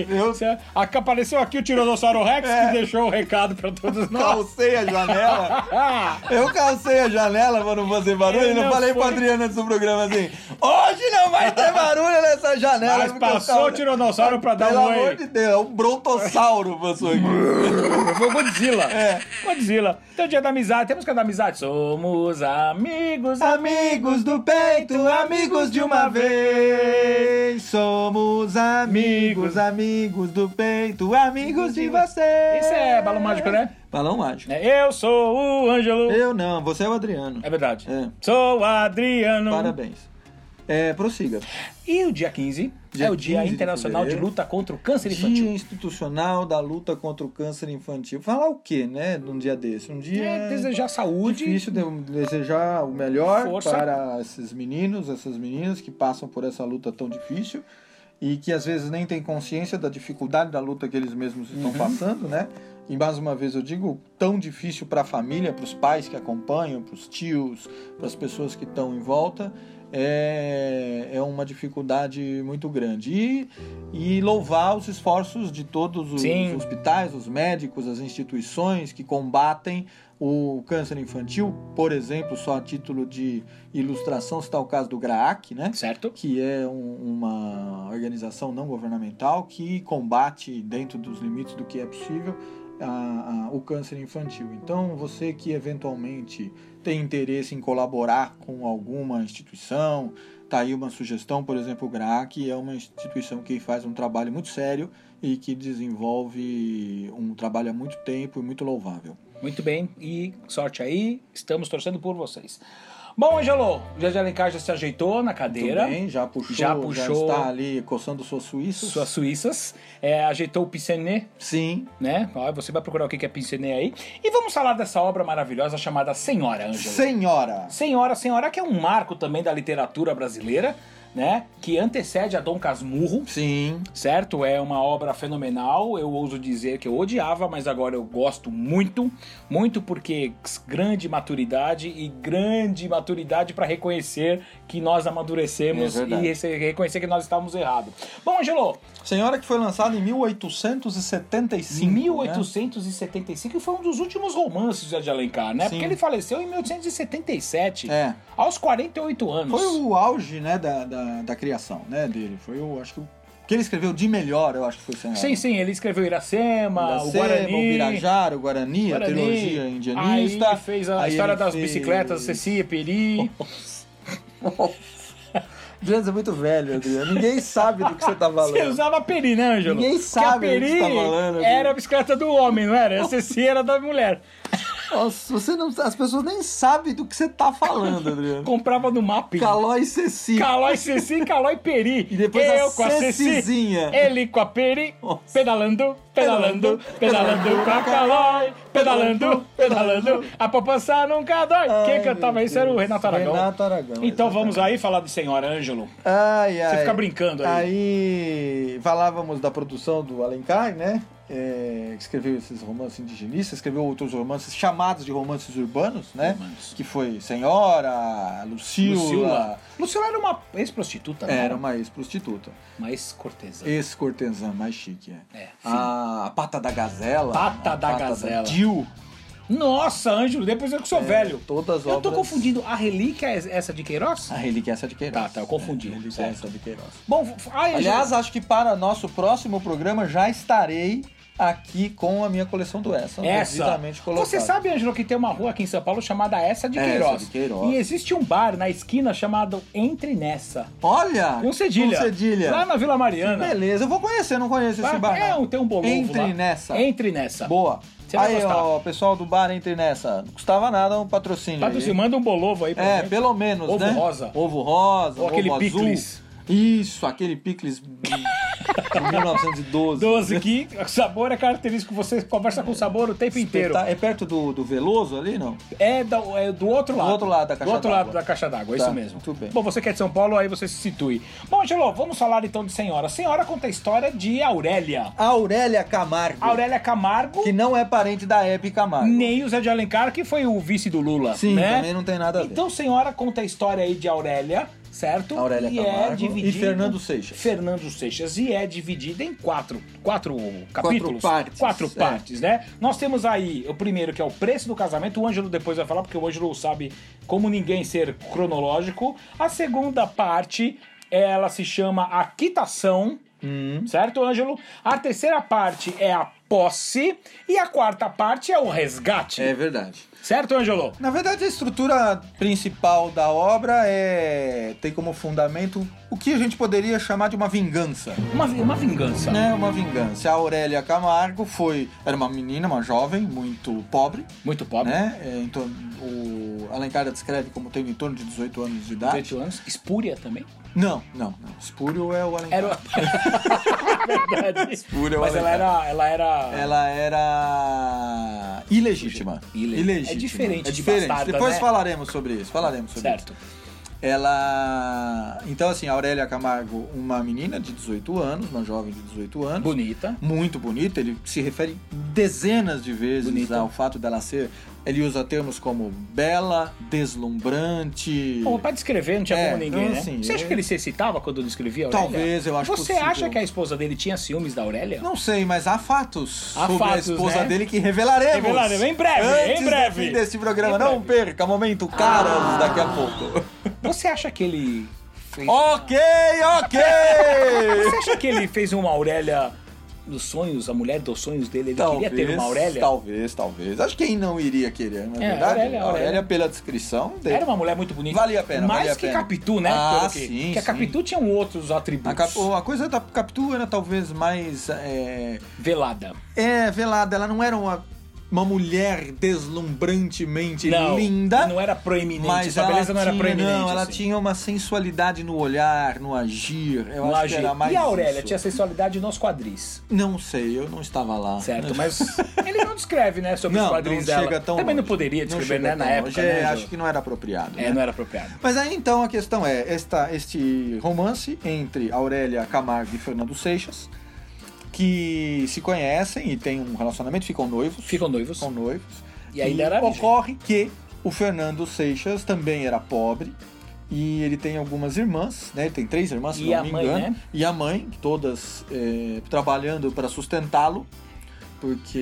Speaker 1: Eu- É.
Speaker 2: Você- aqui Apareceu aqui o Tiranossauro Rex que deixou o recado pra todos nós.
Speaker 1: Calcei a janela.
Speaker 2: Ah,
Speaker 1: Eu calcei a janela pra não fazer barulho.
Speaker 2: Ele
Speaker 1: Eu não
Speaker 2: não
Speaker 1: falei
Speaker 2: foi.
Speaker 1: pra Adriana antes do programa assim. Hoje não vai ter barulho nessa janela.
Speaker 2: Mas
Speaker 1: porque eu
Speaker 2: passou
Speaker 1: tava-
Speaker 2: o tiranossauro pra dar
Speaker 1: Pelo
Speaker 2: um oi.
Speaker 1: amor de Deus, é um brontossauro passou aqui.
Speaker 2: eu vou Godzilla.
Speaker 1: É.
Speaker 2: Godzilla. Então, dia da amizade. Temos que da amizade. Somos amigos.
Speaker 1: Amigos do peito, amigos de uma vez. Somos amigos, amigos do peito, amigos de você.
Speaker 2: Isso é balão mágico, né?
Speaker 1: Balão mágico.
Speaker 2: É, Eu sou o Ângelo.
Speaker 1: Eu não, você é o Adriano.
Speaker 2: É verdade.
Speaker 1: É.
Speaker 2: Sou Adriano.
Speaker 1: Parabéns. É, prossiga.
Speaker 2: E o dia 15
Speaker 1: Dia
Speaker 2: é o Dia
Speaker 1: 15 de
Speaker 2: Internacional de,
Speaker 1: fevereiro.
Speaker 2: Luta contra o Câncer
Speaker 1: Dia
Speaker 2: Infantil.
Speaker 1: Institucional da Luta contra o Câncer Infantil. Falar o quê, né? Num dia desse? Um dia.
Speaker 2: É desejar saúde.
Speaker 1: Difícil de desejar o melhor
Speaker 2: Força.
Speaker 1: para esses meninos, essas meninas que passam por essa luta tão difícil e que às vezes nem têm consciência da dificuldade da luta que eles mesmos estão
Speaker 2: Uhum.
Speaker 1: passando, né? E mais uma vez eu digo, tão difícil para a família, para os pais que acompanham, para os tios, para as pessoas que estão em volta, é, é uma dificuldade muito grande. E, e louvar os esforços de todos os
Speaker 2: Sim.
Speaker 1: hospitais, os médicos, as instituições que combatem o câncer infantil, por exemplo, só a título de ilustração, está o caso do GRAAC, né?
Speaker 2: Certo?
Speaker 1: que é um- uma organização não governamental que combate dentro dos limites do que é possível a- a- o câncer infantil. Então, você que eventualmente tem interesse em colaborar com alguma instituição, tá aí uma sugestão, por exemplo, o GRAAC é uma instituição que faz um trabalho muito sério e que desenvolve um trabalho há muito tempo e muito louvável.
Speaker 2: Muito bem, e sorte aí, estamos torcendo por vocês. Bom, Angelo, o José Alencar já se ajeitou na cadeira,
Speaker 1: Tudo bem, já puxou,
Speaker 2: Já
Speaker 1: já
Speaker 2: puxou.
Speaker 1: está ali coçando suas suíças.
Speaker 2: suas suíças, é, ajeitou o Pissenê,
Speaker 1: Sim,
Speaker 2: né? Ó, Você vai procurar o que que é Pissenê aí. E vamos falar dessa obra maravilhosa chamada Senhora, Ângelo.
Speaker 1: senhora.
Speaker 2: Senhora, Senhora, que é um marco também da literatura brasileira, né? Que antecede a Dom Casmurro,
Speaker 1: Sim.
Speaker 2: certo? É uma obra fenomenal. Eu ouso dizer que eu odiava, mas agora eu gosto muito, muito porque grande maturidade e grande maturidade para reconhecer que nós amadurecemos
Speaker 1: É verdade.
Speaker 2: e rece- reconhecer que nós estávamos errados. Bom, Angelo,
Speaker 1: Senhora que foi lançada em 1875.
Speaker 2: 1875 foi um dos últimos romances de Alencar, né?
Speaker 1: Sim.
Speaker 2: Porque ele faleceu em 1877,
Speaker 1: Né? É.
Speaker 2: aos 48 anos.
Speaker 1: Foi o auge, né, da, da, da criação, né, dele. Foi o, acho que o o que ele escreveu de melhor, eu acho que foi Senhora.
Speaker 2: Sim, sim, ele escreveu Iracema,
Speaker 1: Iracema,
Speaker 2: o Guarani,
Speaker 1: o Birajara, o Guarani, a
Speaker 2: Guarani.
Speaker 1: trilogia
Speaker 2: Aí
Speaker 1: indianista.
Speaker 2: ele fez a
Speaker 1: Aí
Speaker 2: história
Speaker 1: ele
Speaker 2: das
Speaker 1: fez-
Speaker 2: bicicletas, Ceci e Peri.
Speaker 1: Adriano, é muito velho, Adriano. Ninguém sabe do que você tá
Speaker 2: Você
Speaker 1: falando.
Speaker 2: usava Peri, né, Ângelo?
Speaker 1: Ninguém
Speaker 2: Porque
Speaker 1: sabe
Speaker 2: a
Speaker 1: do que
Speaker 2: Peri
Speaker 1: você tá falando,
Speaker 2: era a bicicleta do homem, não era? A Ceci era da mulher.
Speaker 1: Nossa, você não, as pessoas nem sabem do que você tá falando, Adriano.
Speaker 2: Comprava no mapa.
Speaker 1: Calói Ceci.
Speaker 2: Calói Ceci, Calói Peri.
Speaker 1: E depois
Speaker 2: Eu
Speaker 1: a
Speaker 2: com a Ceci.
Speaker 1: Cecizinha.
Speaker 2: Ele com a Peri,
Speaker 1: Nossa.
Speaker 2: pedalando, pedalando, pedalando com a Calói, pedalando, pedalando, a poupança nunca dói. Quem
Speaker 1: Ai,
Speaker 2: cantava
Speaker 1: meu
Speaker 2: isso era o
Speaker 1: Deus.
Speaker 2: Renato Aragão.
Speaker 1: Renato Aragão.
Speaker 2: Então
Speaker 1: exatamente.
Speaker 2: vamos aí falar de Senhora Ângelo.
Speaker 1: Ai, ai.
Speaker 2: Você fica brincando aí.
Speaker 1: Aí falávamos da produção do Alencar, né? É, que escreveu esses romances indigenistas, escreveu outros romances chamados de romances urbanos, né?
Speaker 2: Romances.
Speaker 1: Que foi Senhora, Lucila.
Speaker 2: Lucila. Lucila era uma ex-prostituta, né?
Speaker 1: Era uma ex-prostituta.
Speaker 2: uma ex-cortesã.
Speaker 1: Ex-cortesã, mais chique, é.
Speaker 2: É, sim.
Speaker 1: A Pata da Gazela.
Speaker 2: Pata
Speaker 1: a
Speaker 2: da Gazela.
Speaker 1: Dil.
Speaker 2: Nossa, Ângelo, depois eu que sou velho.
Speaker 1: É, Todas as
Speaker 2: Eu tô
Speaker 1: obras-
Speaker 2: confundindo a relíquia é essa de Queiroz?
Speaker 1: A Relíquia é essa de Queiroz.
Speaker 2: Tá, tá, eu confundi,
Speaker 1: É, a Relíquia é
Speaker 2: certo.
Speaker 1: essa de Queiroz.
Speaker 2: Bom, f- ai, Ângelo,
Speaker 1: Aliás, acho que para nosso próximo programa já estarei aqui com a minha coleção do Essa.
Speaker 2: essa.
Speaker 1: devidamente colocada.
Speaker 2: Você sabe, Ângelo, que tem uma rua aqui em São Paulo chamada Essa de
Speaker 1: Essa
Speaker 2: Queiroz.
Speaker 1: de Queiroz.
Speaker 2: E existe um bar na esquina chamado Entre Nessa.
Speaker 1: Olha!
Speaker 2: Com cedilha.
Speaker 1: Com cedilha.
Speaker 2: Lá na Vila Mariana.
Speaker 1: Beleza, eu vou conhecer, não conheço
Speaker 2: Lá-
Speaker 1: esse bar.
Speaker 2: é,
Speaker 1: não.
Speaker 2: tem um bolovo
Speaker 1: Entre
Speaker 2: lá.
Speaker 1: nessa.
Speaker 2: Entre Nessa.
Speaker 1: Boa.
Speaker 2: Você vai
Speaker 1: aí,
Speaker 2: gostar.
Speaker 1: ó, pessoal do bar, entre nessa. Não custava nada um patrocínio.
Speaker 2: Tá, você
Speaker 1: aí.
Speaker 2: manda um bolovo aí pra
Speaker 1: É,
Speaker 2: gente.
Speaker 1: pelo menos,
Speaker 2: Ovo
Speaker 1: né?
Speaker 2: rosa.
Speaker 1: Ovo rosa,
Speaker 2: Ou
Speaker 1: ovo
Speaker 2: aquele
Speaker 1: azul.
Speaker 2: picles.
Speaker 1: Isso, aquele picles de 1912.
Speaker 2: 12 que o sabor é característico, você conversa com o sabor o tempo inteiro.
Speaker 1: Tá- É perto do, do Veloso ali, não?
Speaker 2: É, da- é do outro lado.
Speaker 1: outro lado da caixa
Speaker 2: Do outro
Speaker 1: d'água.
Speaker 2: lado da caixa d'água, é
Speaker 1: Tá,
Speaker 2: isso mesmo.
Speaker 1: tudo bem.
Speaker 2: Bom, você que é de São Paulo, aí você se situe. Bom, Angelo, vamos falar então de Senhora. Senhora conta a história de Aurélia.
Speaker 1: Aurélia Camargo.
Speaker 2: Aurélia Camargo,
Speaker 1: Que não é parente da Hebe Camargo.
Speaker 2: nem o Zé de Alencar, que foi o vice do Lula.
Speaker 1: Sim,
Speaker 2: né?
Speaker 1: também não tem nada a ver.
Speaker 2: Então, Senhora conta a história aí de Aurélia, certo?
Speaker 1: Aurélia
Speaker 2: e
Speaker 1: Camargo
Speaker 2: é dividida.
Speaker 1: e Fernando Seixas.
Speaker 2: Fernando Seixas. E é dividida em quatro, quatro capítulos.
Speaker 1: partes,
Speaker 2: Quatro
Speaker 1: é.
Speaker 2: partes, né? Nós temos aí o primeiro, que é o preço do casamento. O Ângelo depois vai falar, porque o Ângelo sabe como ninguém ser cronológico. A segunda parte, ela se chama A Quitação. Certo, Ângelo? A terceira parte é a posse. E a quarta parte é o resgate.
Speaker 1: É verdade.
Speaker 2: Certo, Ângelo?
Speaker 1: Na verdade, a estrutura principal da obra é tem como fundamento o que a gente poderia chamar de uma vingança.
Speaker 2: Uma, uma vingança.
Speaker 1: Né? Uma vingança. A Aurélia Camargo foi era uma menina, uma jovem, muito pobre,
Speaker 2: Muito pobre.
Speaker 1: né? É, Então, o Alencar a descreve como tendo em torno de 18 anos de idade.
Speaker 2: 18 anos. Espúria também.
Speaker 1: Não, não, não. Espúrio é o Alencar.
Speaker 2: Era. Verdade.
Speaker 1: Espúria,
Speaker 2: Mas ela
Speaker 1: olha.
Speaker 2: era. Ela era.
Speaker 1: Ela era ilegítima.
Speaker 2: Ile-
Speaker 1: Ilegítima.
Speaker 2: É diferente
Speaker 1: É
Speaker 2: de
Speaker 1: diferente.
Speaker 2: bastarda,
Speaker 1: Depois
Speaker 2: né?
Speaker 1: falaremos sobre isso. Falaremos sobre
Speaker 2: Certo.
Speaker 1: isso. Ela. Então, assim, a Aurélia Camargo, uma menina de 18 anos, uma jovem de 18 anos.
Speaker 2: Bonita.
Speaker 1: Muito bonita, ele se refere dezenas de vezes
Speaker 2: Bonita.
Speaker 1: ao fato dela ser. Ele usa termos como bela, deslumbrante.
Speaker 2: Bom, pra descrever, não tinha
Speaker 1: É,
Speaker 2: como ninguém,
Speaker 1: então,
Speaker 2: né?
Speaker 1: assim,
Speaker 2: Você acha
Speaker 1: eu-
Speaker 2: que ele se excitava quando descrevia a Aurélia?
Speaker 1: Talvez, eu acho
Speaker 2: Você
Speaker 1: possível.
Speaker 2: acha que a esposa dele tinha ciúmes da Aurélia?
Speaker 1: Não sei, mas há fatos
Speaker 2: Há
Speaker 1: sobre
Speaker 2: fatos,
Speaker 1: a esposa
Speaker 2: né?
Speaker 1: dele que revelaremos.
Speaker 2: Revelaremos em breve, em
Speaker 1: Antes do
Speaker 2: breve.
Speaker 1: fim desse programa.
Speaker 2: Em
Speaker 1: Não
Speaker 2: breve. Ah.
Speaker 1: perca, momento caras daqui a pouco.
Speaker 2: Você acha que ele. Fez... Ah,
Speaker 1: ok, ok!
Speaker 2: Você acha que ele fez uma Aurélia dos sonhos, a mulher dos sonhos dele? Ele queria ter uma Aurélia?
Speaker 1: Talvez, talvez. Acho que quem não iria querer, não é,
Speaker 2: É,
Speaker 1: verdade?
Speaker 2: Aurélia,
Speaker 1: Aurélia,
Speaker 2: Aurélia,
Speaker 1: pela descrição dele.
Speaker 2: Era uma mulher muito bonita.
Speaker 1: Valia a pena,
Speaker 2: Mais
Speaker 1: valia a
Speaker 2: que
Speaker 1: pena.
Speaker 2: Capitu, né?
Speaker 1: Ah,
Speaker 2: Pelo que-
Speaker 1: sim,
Speaker 2: Porque a
Speaker 1: sim.
Speaker 2: Capitu tinha outros
Speaker 1: A,
Speaker 2: atributos.
Speaker 1: cap- a coisa da Capitu era talvez mais. É,
Speaker 2: Velada.
Speaker 1: é, velada, ela não era uma, uma mulher deslumbrantemente
Speaker 2: Não,
Speaker 1: linda.
Speaker 2: Não era proeminente.
Speaker 1: Mas
Speaker 2: a
Speaker 1: ela
Speaker 2: beleza não era
Speaker 1: tinha-
Speaker 2: proeminente.
Speaker 1: Não, ela
Speaker 2: assim.
Speaker 1: tinha uma sensualidade no olhar, no agir. Eu
Speaker 2: No
Speaker 1: acho
Speaker 2: agir.
Speaker 1: que era mais.
Speaker 2: E a Aurélia
Speaker 1: isso.
Speaker 2: tinha sexualidade nos quadris.
Speaker 1: Não sei, eu não estava lá.
Speaker 2: Certo, mas ele não descreve, né, sobre os
Speaker 1: Não, não
Speaker 2: quadris
Speaker 1: chega
Speaker 2: dela.
Speaker 1: tão
Speaker 2: Também não
Speaker 1: longe.
Speaker 2: poderia descrever,
Speaker 1: chega
Speaker 2: né, na
Speaker 1: tão
Speaker 2: época.
Speaker 1: longe, é,
Speaker 2: né, Ju?
Speaker 1: acho que não era apropriado.
Speaker 2: É,
Speaker 1: né?
Speaker 2: não era apropriado.
Speaker 1: Mas aí então a questão é: esta, este romance entre Aurélia Camargo e Fernando Seixas, que se conhecem e têm um relacionamento, ficam noivos.
Speaker 2: Ficam noivos.
Speaker 1: Ficam noivos.
Speaker 2: E ainda era virgem.
Speaker 1: ocorre que o Fernando Seixas também era pobre. E ele tem algumas irmãs, né? Ele tem três irmãs, se
Speaker 2: E
Speaker 1: não
Speaker 2: a
Speaker 1: me
Speaker 2: mãe,
Speaker 1: engano.
Speaker 2: né?
Speaker 1: E a mãe, todas eh, trabalhando para sustentá-lo, porque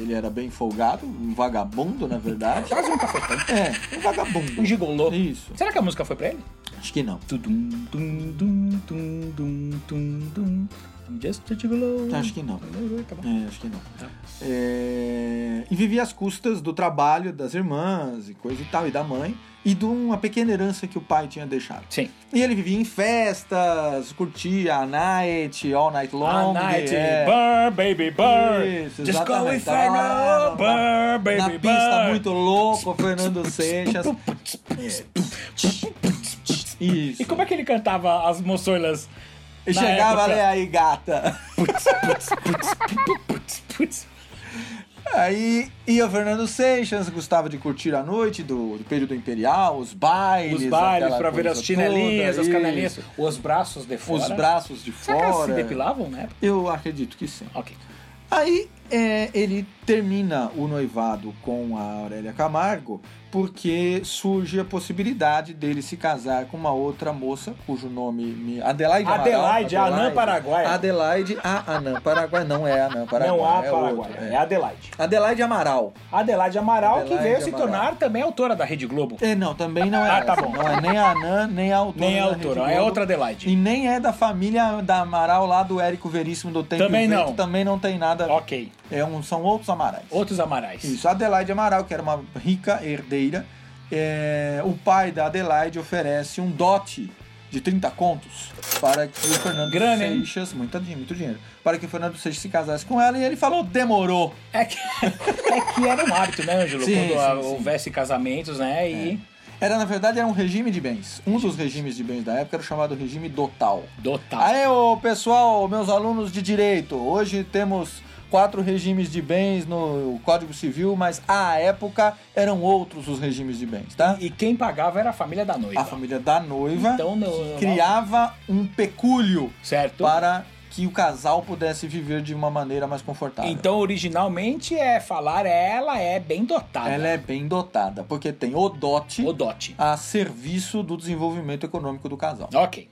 Speaker 1: ele era bem folgado, um vagabundo, na verdade.
Speaker 2: Quase um cafetão.
Speaker 1: é, um vagabundo.
Speaker 2: Um gigolô.
Speaker 1: Isso.
Speaker 2: Será que a música foi pra ele?
Speaker 1: Acho que não.
Speaker 2: Tudum, dum, dum, dum, dum, dum, dum. I'm just a gigolô.
Speaker 1: Acho que não.
Speaker 2: Hum. Tá bom.
Speaker 1: É, acho que não.
Speaker 2: Tá.
Speaker 1: É, E vivia às custas do trabalho das irmãs e coisa e tal, e da mãe, e de uma pequena herança que o pai tinha deixado.
Speaker 2: Sim.
Speaker 1: E ele vivia em festas, curtia a night, all night long.
Speaker 2: All night,
Speaker 1: é.
Speaker 2: burn, baby, burn.
Speaker 1: Isso,
Speaker 2: Just go
Speaker 1: exatamente. Ah, Tava
Speaker 2: inferno,
Speaker 1: lá
Speaker 2: burn,
Speaker 1: tá.
Speaker 2: baby,
Speaker 1: na
Speaker 2: burn.
Speaker 1: pista muito louco, Fernando Seixas. Isso.
Speaker 2: E como é que ele cantava as moçoilas?
Speaker 1: E
Speaker 2: na
Speaker 1: chegava, né,
Speaker 2: época?
Speaker 1: olha aí, gata.
Speaker 2: Putz, putz.
Speaker 1: Aí ia Fernando Seixas, gostava de curtir a noite do, do período imperial, os bailes.
Speaker 2: Os bailes
Speaker 1: aquela
Speaker 2: pra ver
Speaker 1: coisa
Speaker 2: as chinelinhas,
Speaker 1: toda,
Speaker 2: as
Speaker 1: isso.
Speaker 2: canelinhas, os braços de fora.
Speaker 1: Os braços de
Speaker 2: Será que elas se
Speaker 1: fora.
Speaker 2: depilavam, né?
Speaker 1: Eu acredito que sim.
Speaker 2: Ok.
Speaker 1: Aí é, ele termina o noivado com a Aurélia Camargo porque surge a possibilidade dele se casar com uma outra moça cujo nome me... Adelaide Amaral,
Speaker 2: Adelaide, a anã paraguaia.
Speaker 1: Adelaide a Anã Paraguai não é Anã Paraguai
Speaker 2: Não há
Speaker 1: é
Speaker 2: Paraguai,
Speaker 1: outra,
Speaker 2: é,
Speaker 1: é.
Speaker 2: Adelaide.
Speaker 1: Adelaide Amaral
Speaker 2: Adelaide Amaral, que
Speaker 1: Adelaide
Speaker 2: veio se
Speaker 1: Amaral.
Speaker 2: tornar também autora da Rede Globo.
Speaker 1: é, não também não é
Speaker 2: Ah, tá
Speaker 1: essa.
Speaker 2: bom.
Speaker 1: não é nem a Anã nem a autora
Speaker 2: Nem é
Speaker 1: da Rede
Speaker 2: autora, é
Speaker 1: Globo.
Speaker 2: outra Adelaide.
Speaker 1: e nem é da família da Amaral lá do Érico Veríssimo do Tempo
Speaker 2: Também
Speaker 1: e o Vento,
Speaker 2: não.
Speaker 1: também não tem nada
Speaker 2: Ok.
Speaker 1: é um, são outros Amarais
Speaker 2: Outros Amarais.
Speaker 1: Isso, Adelaide Amaral, que era uma rica herdeira, é, o pai da Adelaide oferece um dote de 30 contos para que o Fernando
Speaker 2: Grana, hein?
Speaker 1: Seixas, muita, din- muito dinheiro, para que o Fernando Seixas se casasse com ela e ele falou, demorou.
Speaker 2: É que, é que era um hábito, né, Ângelo?
Speaker 1: Sim,
Speaker 2: Quando
Speaker 1: sim,
Speaker 2: ah,
Speaker 1: sim. É.
Speaker 2: houvesse casamentos, né? E.
Speaker 1: Era, na verdade, era um regime de bens. Um dos regimes de bens da época era o chamado regime dotal.
Speaker 2: Dotar.
Speaker 1: Aí, ô, pessoal, meus alunos de direito, hoje temos quatro regimes de bens no Código Civil, mas à época eram outros os regimes de bens, tá?
Speaker 2: E quem pagava era a família da noiva.
Speaker 1: A família da noiva
Speaker 2: Então, não-
Speaker 1: criava um pecúlio
Speaker 2: Certo?
Speaker 1: para que o casal pudesse viver de uma maneira mais confortável.
Speaker 2: Então, originalmente, é falar ela é bem dotada.
Speaker 1: Ela é bem dotada, porque tem o dote
Speaker 2: O dote.
Speaker 1: a serviço do desenvolvimento econômico do casal.
Speaker 2: Ok.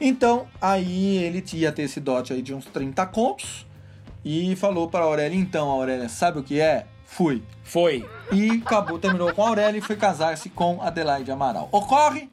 Speaker 1: Então, aí ele ia ter esse dote aí de uns 30 contos e falou para a Aurélia, então, Aurélia, sabe o que é? Fui.
Speaker 2: Foi.
Speaker 1: E acabou, terminou com a Aurélia e foi casar-se com Adelaide Amaral. Ocorre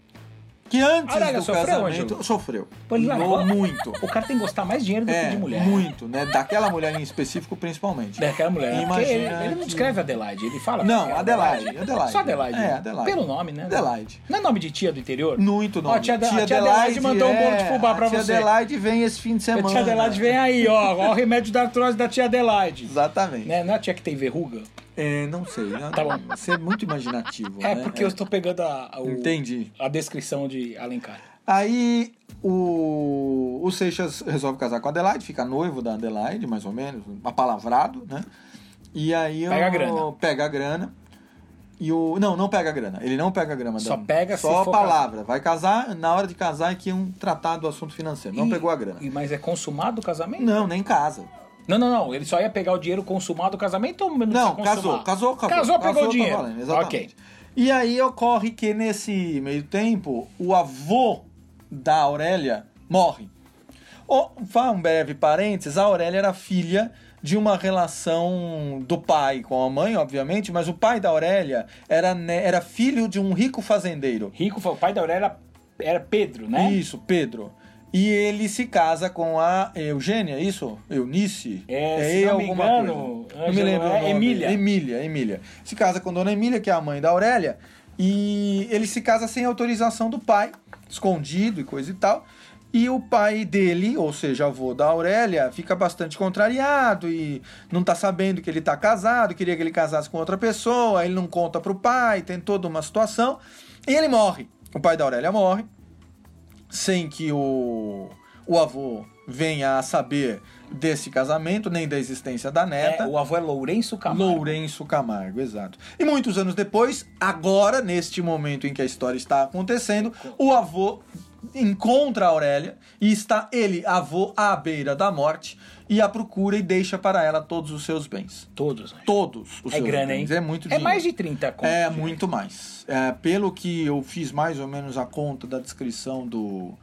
Speaker 1: que antes
Speaker 2: Aurélia
Speaker 1: do
Speaker 2: sofreu,
Speaker 1: casamento...
Speaker 2: Ângelo?
Speaker 1: Sofreu.
Speaker 2: Pô, ele
Speaker 1: Pinou
Speaker 2: largou-
Speaker 1: muito.
Speaker 2: O cara tem que gostar mais Um de dinheiro do que
Speaker 1: É,
Speaker 2: de mulher.
Speaker 1: muito, né? Daquela mulher em específico, principalmente.
Speaker 2: Daquela mulher. né? Porque
Speaker 1: Imagina
Speaker 2: ele, ele não
Speaker 1: que-
Speaker 2: descreve Adelaide, ele fala.
Speaker 1: Não,
Speaker 2: que é
Speaker 1: Adelaide, Adelaide.
Speaker 2: Só Adelaide.
Speaker 1: É, Adelaide.
Speaker 2: Pelo nome, né?
Speaker 1: Adelaide.
Speaker 2: Não é nome de tia do interior?
Speaker 1: Muito não.
Speaker 2: Ó, a tia, Ade- a tia Adelaide mandou um bolo de fubá pra
Speaker 1: a é, tia
Speaker 2: você.
Speaker 1: Adelaide vem esse fim de
Speaker 2: a
Speaker 1: semana.
Speaker 2: tia Adelaide vem aí, ó. Ó o remédio da artrose da tia Adelaide.
Speaker 1: Exatamente.
Speaker 2: Né? Não é a tia que tem verruga?
Speaker 1: É, não sei. Não,
Speaker 2: Tá bom.
Speaker 1: Você é muito imaginativo.
Speaker 2: É,
Speaker 1: né? É,
Speaker 2: porque eu estou pegando a, a, o-
Speaker 1: Entendi.
Speaker 2: a descrição de Alencar.
Speaker 1: Aí o, o Seixas resolve casar com a Adelaide, fica noivo da Adelaide, mais ou menos, apalavrado, né? E aí
Speaker 2: Pega a
Speaker 1: o-
Speaker 2: grana.
Speaker 1: Pega a grana. E o. Não, não pega a grana. Ele não pega a grana.
Speaker 2: Só
Speaker 1: Dan.
Speaker 2: pega se
Speaker 1: Só a
Speaker 2: for
Speaker 1: palavra. Vai casar, na hora de casar é que iam tratar do assunto financeiro. Não
Speaker 2: Ih,
Speaker 1: pegou a grana.
Speaker 2: e- Mas é consumado o casamento?
Speaker 1: Não, nem casa.
Speaker 2: Não, não, não. Ele só ia pegar o dinheiro consumado do casamento ou não,
Speaker 1: Não,
Speaker 2: precisa
Speaker 1: casou,
Speaker 2: consumar?
Speaker 1: casou, casou.
Speaker 2: Casou, pegou o
Speaker 1: tá
Speaker 2: dinheiro.
Speaker 1: valendo, exatamente.
Speaker 2: Ok.
Speaker 1: E aí ocorre que nesse meio tempo, o avô da Aurélia morre. Oh, Faz um breve parênteses, a Aurélia era filha de uma relação do pai com a mãe, obviamente, mas o pai da Aurélia era, ne- era filho de um rico fazendeiro.
Speaker 2: Rico foi o pai da Aurélia, era Pedro, né?
Speaker 1: Isso, Pedro. E ele se casa com a Eugênia, é isso? Eunice?
Speaker 2: É, se não me
Speaker 1: alguma
Speaker 2: engano,
Speaker 1: coisa. não me
Speaker 2: Ângelo,
Speaker 1: lembro. o
Speaker 2: é
Speaker 1: nome.
Speaker 2: Emília.
Speaker 1: Emília, Emília. Se casa com Dona Emília, que é a mãe da Aurélia, e ele se casa sem autorização do pai, escondido e coisa e tal. E o pai dele, ou seja, avô da Aurélia, fica bastante contrariado e não tá sabendo que ele tá casado, queria que ele casasse com outra pessoa, ele não conta pro pai, tem toda uma situação. E ele morre. O pai da Aurélia morre sem que o, o avô venha a saber desse casamento, nem da existência da
Speaker 2: É,
Speaker 1: neta.
Speaker 2: o avô é Lourenço Camargo.
Speaker 1: Lourenço Camargo, exato. E muitos anos depois, agora, neste momento em que a história está acontecendo, o avô encontra a Aurélia e está ele, avô, à beira da morte e a procura e deixa para ela todos os seus bens.
Speaker 2: Todos, Ângelo.
Speaker 1: Todos os
Speaker 2: É
Speaker 1: seus
Speaker 2: grana, hein?
Speaker 1: bens. É muito
Speaker 2: É
Speaker 1: dinheiro.
Speaker 2: mais de 30 conto.
Speaker 1: É
Speaker 2: gente.
Speaker 1: muito mais. É, pelo que eu fiz mais ou menos a conta da descrição do.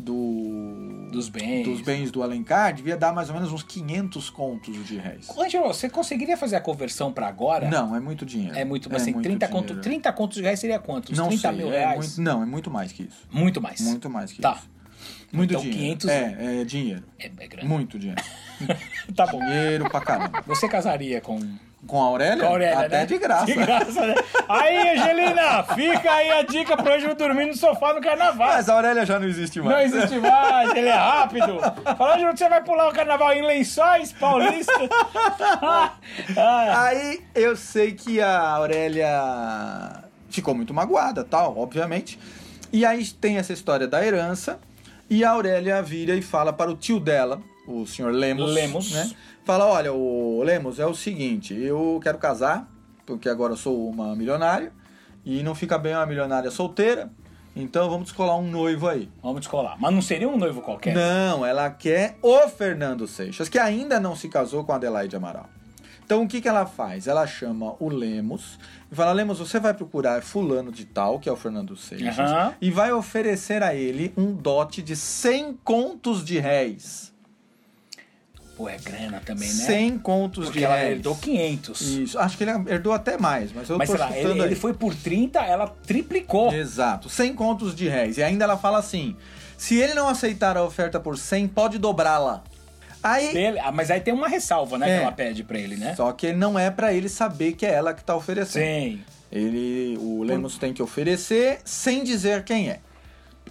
Speaker 1: do
Speaker 2: Dos bens.
Speaker 1: dos bens do Alencar, devia dar mais ou menos uns 500 contos de réis.
Speaker 2: Ângelo, você conseguiria fazer a conversão pra agora?
Speaker 1: Não, é muito dinheiro.
Speaker 2: É muito, mas assim,
Speaker 1: muito
Speaker 2: 30
Speaker 1: dinheiro.
Speaker 2: conto, 30 contos de reais seria quanto? Uns
Speaker 1: não
Speaker 2: 30
Speaker 1: sei,
Speaker 2: mil
Speaker 1: é
Speaker 2: reais?
Speaker 1: muito- não, é muito mais que isso.
Speaker 2: Muito mais.
Speaker 1: Muito mais que
Speaker 2: Tá.
Speaker 1: isso. Muito
Speaker 2: Então,
Speaker 1: dinheiro.
Speaker 2: 500
Speaker 1: É, é dinheiro.
Speaker 2: É, é grande.
Speaker 1: Muito dinheiro.
Speaker 2: Tá bom.
Speaker 1: Dinheiro pra caramba.
Speaker 2: Você casaria com
Speaker 1: Com a Aurélia?
Speaker 2: Com a Aurélia,
Speaker 1: Até
Speaker 2: né?
Speaker 1: de graça.
Speaker 2: De graça, né? Aí, Angelina, fica aí a dica pra hoje eu dormir no sofá no carnaval.
Speaker 1: Mas a Aurélia já não existe mais.
Speaker 2: Não existe mais, ele é rápido. Falando onde você vai pular o carnaval em lençóis, paulista. Ah,
Speaker 1: Aí eu sei que a Aurélia ficou muito magoada, tal, obviamente. E aí tem essa história da herança. E a Aurélia vira e fala para o tio dela, o senhor Lemos.
Speaker 2: Lemos.
Speaker 1: Né? Fala: olha, o Lemos, é o seguinte, eu quero casar, porque agora eu sou uma milionária. E não fica bem uma milionária solteira. Então vamos descolar um noivo aí.
Speaker 2: Vamos descolar. Mas não seria um noivo qualquer?
Speaker 1: Não, ela quer o Fernando Seixas, que ainda não se casou com a Adelaide Amaral. Então o que, que ela faz? Ela chama o Lemos e fala: Lemos, você vai procurar fulano de tal, que é o Fernando Seixas,
Speaker 2: Aham.
Speaker 1: e vai oferecer a ele um dote de 100 contos de réis.
Speaker 2: Pô, é grana também, né?
Speaker 1: 100 contos
Speaker 2: Porque
Speaker 1: de
Speaker 2: ela
Speaker 1: réis.
Speaker 2: herdou 500.
Speaker 1: Isso. Acho que ele herdou até mais, mas eu
Speaker 2: Mas
Speaker 1: é. tô
Speaker 2: sei lá,
Speaker 1: chutando
Speaker 2: ele,
Speaker 1: aí.
Speaker 2: ele foi por 30, ela triplicou.
Speaker 1: Exato, 100 contos de réis. E ainda ela fala assim: se ele não aceitar a oferta por 100, pode dobrá-la. Aí
Speaker 2: Dele- ah, mas aí tem uma ressalva, né?
Speaker 1: É.
Speaker 2: Que ela pede pra ele, né?
Speaker 1: Só que não é pra ele saber que é ela que tá oferecendo.
Speaker 2: Sim.
Speaker 1: Ele, o Lemos tem que oferecer sem dizer quem é.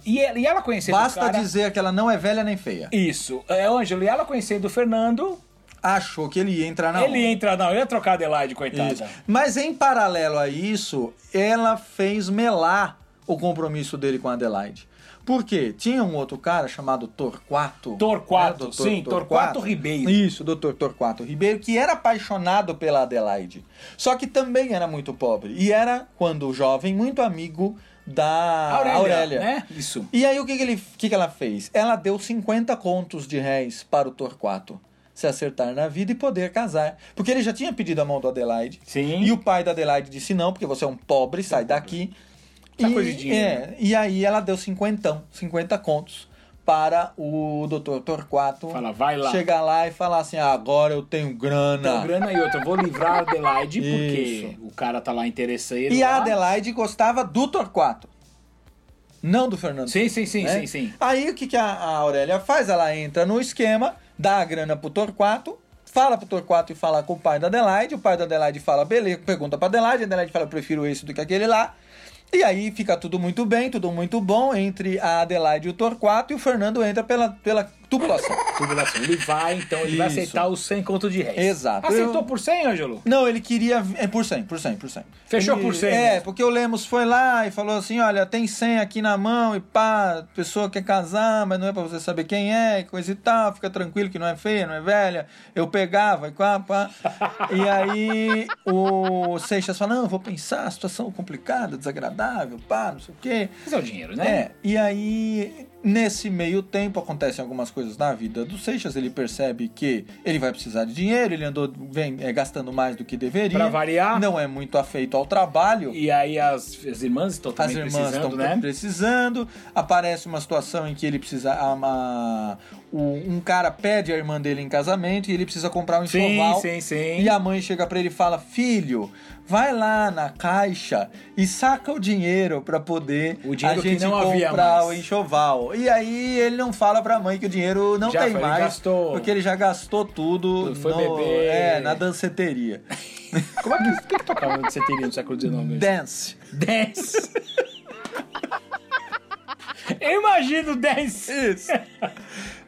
Speaker 2: E, ele- e ela conhecendo
Speaker 1: Basta
Speaker 2: o cara...
Speaker 1: dizer que ela não é velha nem feia.
Speaker 2: Isso. É, Ângelo, e ela conhecendo o Fernando,
Speaker 1: Achou que ele ia entrar na
Speaker 2: ele entra... Não, eu ia trocar a Adelaide, coitada.
Speaker 1: onda. Isso. Mas em paralelo a isso, ela fez melar o compromisso dele com a Adelaide. Por quê? Tinha um outro cara chamado Torquato. Né,
Speaker 2: Torquato,
Speaker 1: Doutor
Speaker 2: sim, Torquato Ribeiro.
Speaker 1: Isso, doutor Torquato Ribeiro, que era apaixonado pela Adelaide. Só que também era muito pobre. E era, quando jovem, muito amigo da Aurélia.
Speaker 2: né? Isso.
Speaker 1: E aí o que, que, ele, o que, que ela fez? Ela deu 50 contos de réis para o Torquato se acertar na vida e poder casar. Porque ele já tinha pedido a mão do Adelaide.
Speaker 2: Sim.
Speaker 1: E o pai da Adelaide disse não, porque você é um pobre, sai daqui.
Speaker 2: Essa
Speaker 1: e,
Speaker 2: Tá coisa de dinheiro, né?
Speaker 1: é, e aí ela deu cinquentão, 50 contos para o Dr. Torquato
Speaker 2: Fala, vai lá.
Speaker 1: chegar lá e falar assim, "Ah, agora eu tenho grana.
Speaker 2: Então, grana e outra. Eu Vou livrar a Adelaide porque
Speaker 1: Isso.
Speaker 2: o cara tá lá interesseiro.
Speaker 1: E a
Speaker 2: lá.
Speaker 1: Adelaide gostava do Torquato, não do Fernando.
Speaker 2: Sim, sim, sim,
Speaker 1: né?
Speaker 2: sim, sim.
Speaker 1: Aí o que, que a, a Aurélia faz? Ela entra no esquema, dá a grana pro Torquato, fala pro Torquato e fala com o pai da Adelaide, o pai da Adelaide fala, beleza, pergunta pra Adelaide, a Adelaide fala, eu prefiro esse do que aquele lá. E aí fica tudo muito bem, tudo muito bom entre a Adelaide e o Torquato, e o Fernando entra pela, pela tubulação.
Speaker 2: Tubulação. Ele vai, então, ele vai
Speaker 1: Isso.
Speaker 2: aceitar os 100 conto de réis.
Speaker 1: Exato.
Speaker 2: Aceitou
Speaker 1: Eu-
Speaker 2: por 100, Ângelo?
Speaker 1: Não, ele queria. É por 100, por 100, por 100.
Speaker 2: Fechou
Speaker 1: Ele-
Speaker 2: por 100
Speaker 1: É,
Speaker 2: mesmo.
Speaker 1: porque o Lemos foi lá e falou assim: olha, tem 100 aqui na mão e pá, a pessoa quer casar, mas não é pra você saber quem é, e coisa e tal, fica tranquilo que não é feia, não é velha. Eu pegava e pá, pá. E aí o Seixas fala: não, vou pensar, situação complicada, desagradável, pá, não sei o quê.
Speaker 2: Mas é o dinheiro, né?
Speaker 1: É, e aí, nesse meio tempo, acontecem algumas coisas na vida do Seixas. Ele percebe que ele vai precisar de dinheiro, ele andou vem, é, gastando mais do que deveria.
Speaker 2: Pra variar.
Speaker 1: Não é muito afeito ao trabalho.
Speaker 2: E aí as, as irmãs estão
Speaker 1: As
Speaker 2: também
Speaker 1: irmãs estão
Speaker 2: precisando, né?
Speaker 1: precisando. Aparece uma situação em que ele precisa. a- a- o- um cara pede a irmã dele em casamento e ele precisa comprar um enxoval.
Speaker 2: sim, sim.
Speaker 1: E a mãe chega pra ele e fala: Filho, vai lá na caixa e saca o dinheiro pra poder
Speaker 2: O dinheiro
Speaker 1: a
Speaker 2: que
Speaker 1: gente
Speaker 2: não havia
Speaker 1: comprar
Speaker 2: mais.
Speaker 1: o enxoval. E aí ele não fala pra mãe que o dinheiro não
Speaker 2: Já
Speaker 1: tem
Speaker 2: foi, ele
Speaker 1: mais,
Speaker 2: gastou.
Speaker 1: porque ele já gastou tudo
Speaker 2: Foi
Speaker 1: no-
Speaker 2: beber.
Speaker 1: é, na danceteria.
Speaker 2: Como é que, o que, que tocava no seteria no século XIX?
Speaker 1: Dance.
Speaker 2: 10. Eu imagino 10.
Speaker 1: Isso.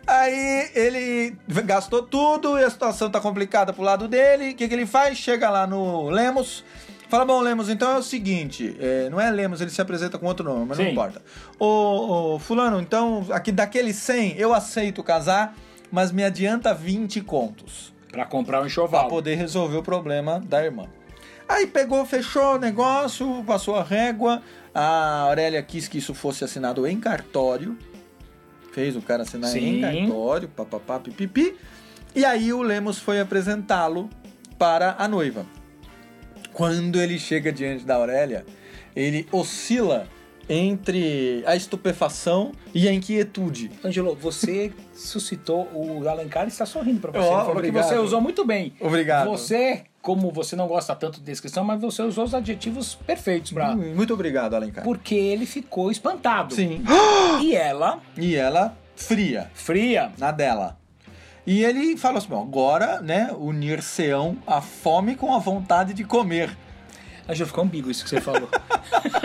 Speaker 1: Aí ele gastou tudo e a situação tá complicada pro lado dele. O que, que ele faz? Chega lá no Lemos. Fala, bom, Lemos, então é o seguinte, é, não é Lemos, ele se apresenta com outro nome, mas não
Speaker 2: Sim.
Speaker 1: importa. Ô, ô, fulano, então, aqui daquele 100, eu aceito casar, mas me adianta 20 contos
Speaker 2: Pra comprar um
Speaker 1: pra
Speaker 2: enxoval.
Speaker 1: poder resolver o problema da irmã. Aí pegou, fechou o negócio, passou a régua. A Aurélia quis que isso fosse assinado em cartório. Fez o cara assinar em
Speaker 2: Sim.
Speaker 1: cartório, papapá, pipipi. E aí o Lemos foi apresentá-lo para a noiva. Quando ele chega diante da Aurélia, ele oscila entre a estupefação e a inquietude.
Speaker 2: Angelo, você suscitou o Alencar está sorrindo pra você.
Speaker 1: Ó,
Speaker 2: Ele falou
Speaker 1: obrigado.
Speaker 2: que você usou muito bem.
Speaker 1: Obrigado.
Speaker 2: Você, como você não gosta tanto de descrição, mas você usou os adjetivos perfeitos pra.
Speaker 1: Muito obrigado, Alencar.
Speaker 2: Porque ele ficou espantado.
Speaker 1: Sim.
Speaker 2: E ela,
Speaker 1: E ela, fria,
Speaker 2: fria,
Speaker 1: na dela. E ele fala assim: bom, agora, né, unir-se-ão a fome com a vontade de comer.
Speaker 2: Ângelo, ficou ambíguo isso que você falou.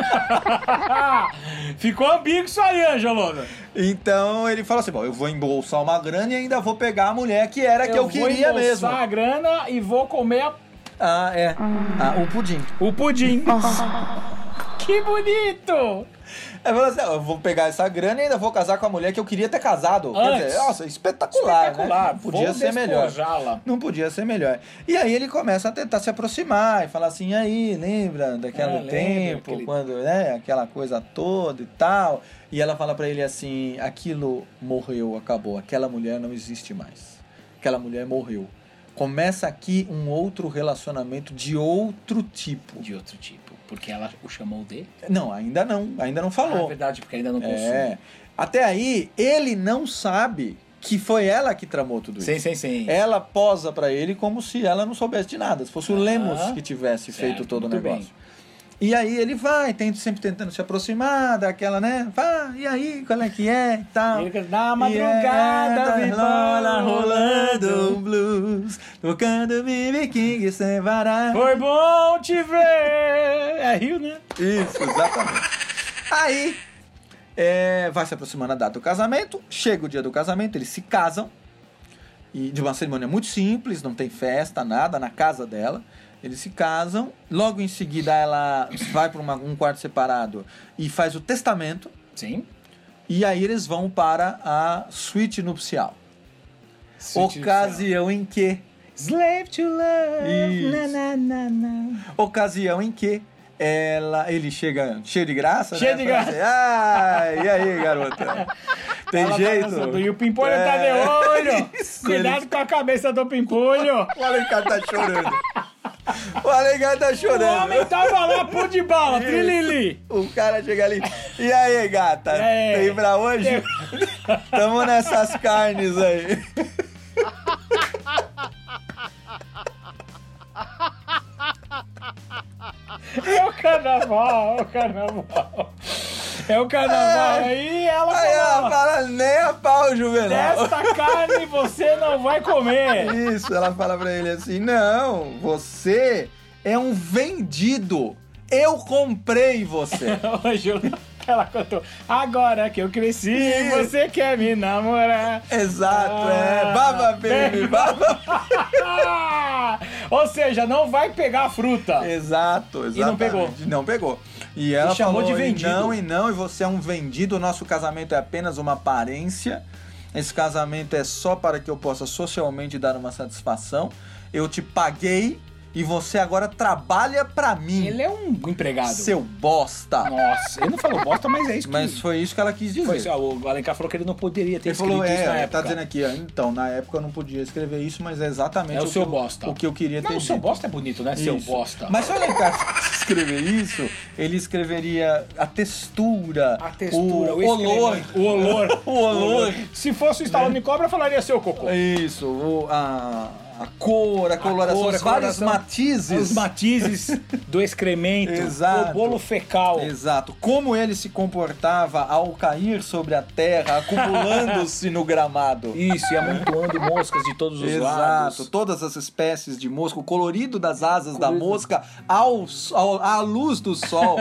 Speaker 2: ficou ambíguo isso aí, Ângelo.
Speaker 1: Então ele fala assim: bom, eu vou embolsar uma grana e ainda vou pegar a mulher que
Speaker 2: É
Speaker 1: era que eu, queria
Speaker 2: vou
Speaker 1: mesmo.
Speaker 2: embolsar a grana e vou comer a-
Speaker 1: Ah, é. Ah, o pudim.
Speaker 2: o pudim. que bonito!
Speaker 1: Ela fala assim, "Ah, eu vou pegar essa grana e ainda vou casar com a mulher que eu queria ter casado. Quer
Speaker 2: Antes.
Speaker 1: dizer, nossa, espetacular.
Speaker 2: Espetacular,
Speaker 1: Né? Não podia
Speaker 2: vou
Speaker 1: ser melhor.
Speaker 2: despojá-la.
Speaker 1: Não podia ser melhor. E aí ele começa a tentar se aproximar e falar assim, "E aí, lembra daquele
Speaker 2: Ah, lembro,
Speaker 1: tempo,
Speaker 2: aquele-
Speaker 1: quando, né, aquela coisa toda e tal. E ela fala pra ele assim, aquilo morreu, acabou, aquela mulher não existe mais. Aquela mulher morreu. Começa aqui um outro relacionamento de outro tipo.
Speaker 2: De outro tipo, porque ela o chamou de.
Speaker 1: Não, ainda não, ainda não
Speaker 2: Ah,
Speaker 1: falou.
Speaker 2: verdade, porque ainda não
Speaker 1: É.
Speaker 2: consumiu.
Speaker 1: Até aí, ele não sabe que foi ela que tramou tudo isso.
Speaker 2: Sim, sim, sim.
Speaker 1: Ela posa pra ele como se ela não soubesse de nada, se fosse o
Speaker 2: Ah,
Speaker 1: Lemos que tivesse
Speaker 2: certo,
Speaker 1: feito todo o
Speaker 2: É, muito
Speaker 1: negócio. E aí ele vai, tenta, sempre tentando se aproximar daquela, né? Vai, e aí, qual é que é e tal.
Speaker 2: Ele canta, na madrugada,
Speaker 1: E é,
Speaker 2: vi
Speaker 1: bola
Speaker 2: bola
Speaker 1: rolando um
Speaker 2: rolando.
Speaker 1: blues, tocando BB King sem varar.
Speaker 2: Foi bom te ver. É Rio, né?
Speaker 1: Isso, exatamente. Aí é, vai se aproximando a data do casamento, chega o dia do casamento, eles se casam. E de uma cerimônia muito simples, não tem festa, nada, na casa dela. Eles se casam, logo em seguida ela vai para uma- um quarto separado e faz o testamento.
Speaker 2: Sim.
Speaker 1: E aí eles vão para a suíte nupcial.
Speaker 2: Sentido
Speaker 1: ocasião em que
Speaker 2: céu. Slave to love.
Speaker 1: Isso.
Speaker 2: Na, na, na, na.
Speaker 1: Ocasião em que ela, ele chega cheio de graça,
Speaker 2: Cheio
Speaker 1: né?
Speaker 2: de
Speaker 1: Fala
Speaker 2: graça.
Speaker 1: assim, ah, e aí, garota? Tem
Speaker 2: Ela tá
Speaker 1: jeito?
Speaker 2: dançando, E o Pimpolho tá de
Speaker 1: É,
Speaker 2: olho.
Speaker 1: isso,
Speaker 2: Cuidado com a cabeça do Pimpolho.
Speaker 1: ele- O Alencar tá chorando. O Alencar tá
Speaker 2: O
Speaker 1: chorando.
Speaker 2: homem tava lá, pô de bala, trilili.
Speaker 1: O cara chega ali, e aí, gata?
Speaker 2: E aí?
Speaker 1: Tem pra hoje? Tamo nessas carnes aí.
Speaker 2: É o carnaval, é o carnaval. É o carnaval. Aí ela
Speaker 1: Aí ela
Speaker 2: falou,
Speaker 1: fala, nem a pau, Juvenal.
Speaker 2: desta carne você não vai comer.
Speaker 1: Isso, ela fala pra ele assim: não, você é um vendido. Eu comprei você.
Speaker 2: Hoje eu- ela cantou, agora que eu cresci, você quer me namorar.
Speaker 1: Exato, é.
Speaker 2: Ah,
Speaker 1: Baba baby,
Speaker 2: baby.
Speaker 1: baba.
Speaker 2: Ah! Ou seja, não vai pegar a fruta.
Speaker 1: É. Exato, exato.
Speaker 2: pegou.
Speaker 1: Não pegou. E ela
Speaker 2: chamou
Speaker 1: falou,
Speaker 2: de vendido.
Speaker 1: E não, e não, e você é um vendido. O nosso casamento é apenas uma aparência. Esse casamento é só para que eu possa socialmente dar uma satisfação. Eu te paguei e você agora trabalha pra mim,
Speaker 2: Ele é um empregado.
Speaker 1: seu bosta.
Speaker 2: Nossa, ele não falou bosta, mas é isso
Speaker 1: Mas
Speaker 2: que...
Speaker 1: foi isso que ela quis dizer.
Speaker 2: Foi isso, ó, o Alencar falou que ele não poderia ter
Speaker 1: Ele
Speaker 2: escrito
Speaker 1: falou,
Speaker 2: isso na
Speaker 1: é,
Speaker 2: época.
Speaker 1: tá dizendo aqui, ó, então, na época eu não podia escrever isso, mas é exatamente
Speaker 2: É o
Speaker 1: que
Speaker 2: seu
Speaker 1: eu-
Speaker 2: bosta.
Speaker 1: o que eu queria ter
Speaker 2: Não, o seu
Speaker 1: dito.
Speaker 2: bosta é bonito, né? Seu
Speaker 1: Isso.
Speaker 2: bosta.
Speaker 1: Mas se o Alencar fosse escrever isso, ele escreveria a textura,
Speaker 2: A textura,
Speaker 1: o,
Speaker 2: o,
Speaker 1: olor.
Speaker 2: excremento, O olor.
Speaker 1: O olor.
Speaker 2: Se fosse o Stallone Cobra, falaria seu cocô.
Speaker 1: Isso, o- a, a cor, a coloração,
Speaker 2: cor, a
Speaker 1: os vários
Speaker 2: coloração.
Speaker 1: matizes.
Speaker 2: Os matizes do excremento.
Speaker 1: Exato.
Speaker 2: O bolo fecal.
Speaker 1: Exato. Como ele se comportava ao cair sobre a terra, acumulando-se no gramado.
Speaker 2: Isso, e amontoando moscas de todos os
Speaker 1: Exato,
Speaker 2: lados.
Speaker 1: todas as espécies de mosca, o colorido das asas da mosca ao, ao- à luz do sol.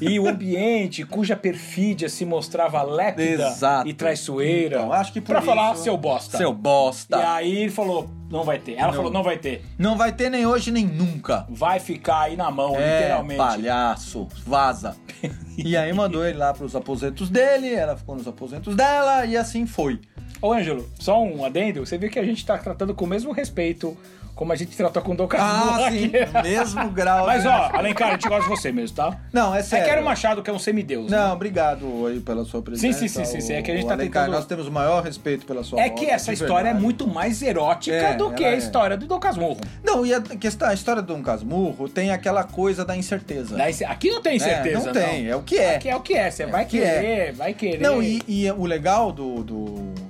Speaker 2: E o ambiente cuja perfídia se mostrava lépida
Speaker 1: Exato.
Speaker 2: e traiçoeira.
Speaker 1: Então, acho que por
Speaker 2: pra
Speaker 1: isso-
Speaker 2: falar seu bosta.
Speaker 1: Seu bosta.
Speaker 2: E aí ele falou, não vai ter. Ela falou, não vai ter.
Speaker 1: Não vai ter nem hoje nem nunca.
Speaker 2: Vai ficar aí na mão,
Speaker 1: É,
Speaker 2: literalmente.
Speaker 1: palhaço, vaza. e aí mandou ele lá pros aposentos dele, ela ficou nos aposentos dela e assim foi.
Speaker 2: Ô, Ângelo, só um adendo. Você viu que a gente tá tratando com o mesmo respeito como a gente tratou com o Dom Casmurro
Speaker 1: Ah,
Speaker 2: aqui.
Speaker 1: sim, mesmo grau.
Speaker 2: Mas
Speaker 1: de-
Speaker 2: ó, Alencar, a gente gosta de você mesmo, tá?
Speaker 1: não, é
Speaker 2: Você
Speaker 1: sério.
Speaker 2: quer o Machado, que é um semideus. né?
Speaker 1: Não, obrigado aí pela sua presença.
Speaker 2: sim, sim, sim, sim, é que a gente
Speaker 1: o
Speaker 2: tá
Speaker 1: Alencar,
Speaker 2: tentando-
Speaker 1: Nós temos o maior respeito pela sua
Speaker 2: É
Speaker 1: obra,
Speaker 2: que essa
Speaker 1: de
Speaker 2: história é
Speaker 1: verdade.
Speaker 2: muito mais erótica
Speaker 1: É,
Speaker 2: do que
Speaker 1: ela
Speaker 2: a
Speaker 1: é.
Speaker 2: história do Dom Casmurro.
Speaker 1: Não, e a, questão, a história do Dom Casmurro tem aquela coisa da incerteza.
Speaker 2: Daí cê- Aqui não
Speaker 1: né?
Speaker 2: tem certeza,
Speaker 1: Não tem, é o que é.
Speaker 2: Aqui é o que é, você vai
Speaker 1: o que
Speaker 2: querer, vai querer.
Speaker 1: Não, e, e o legal do, do,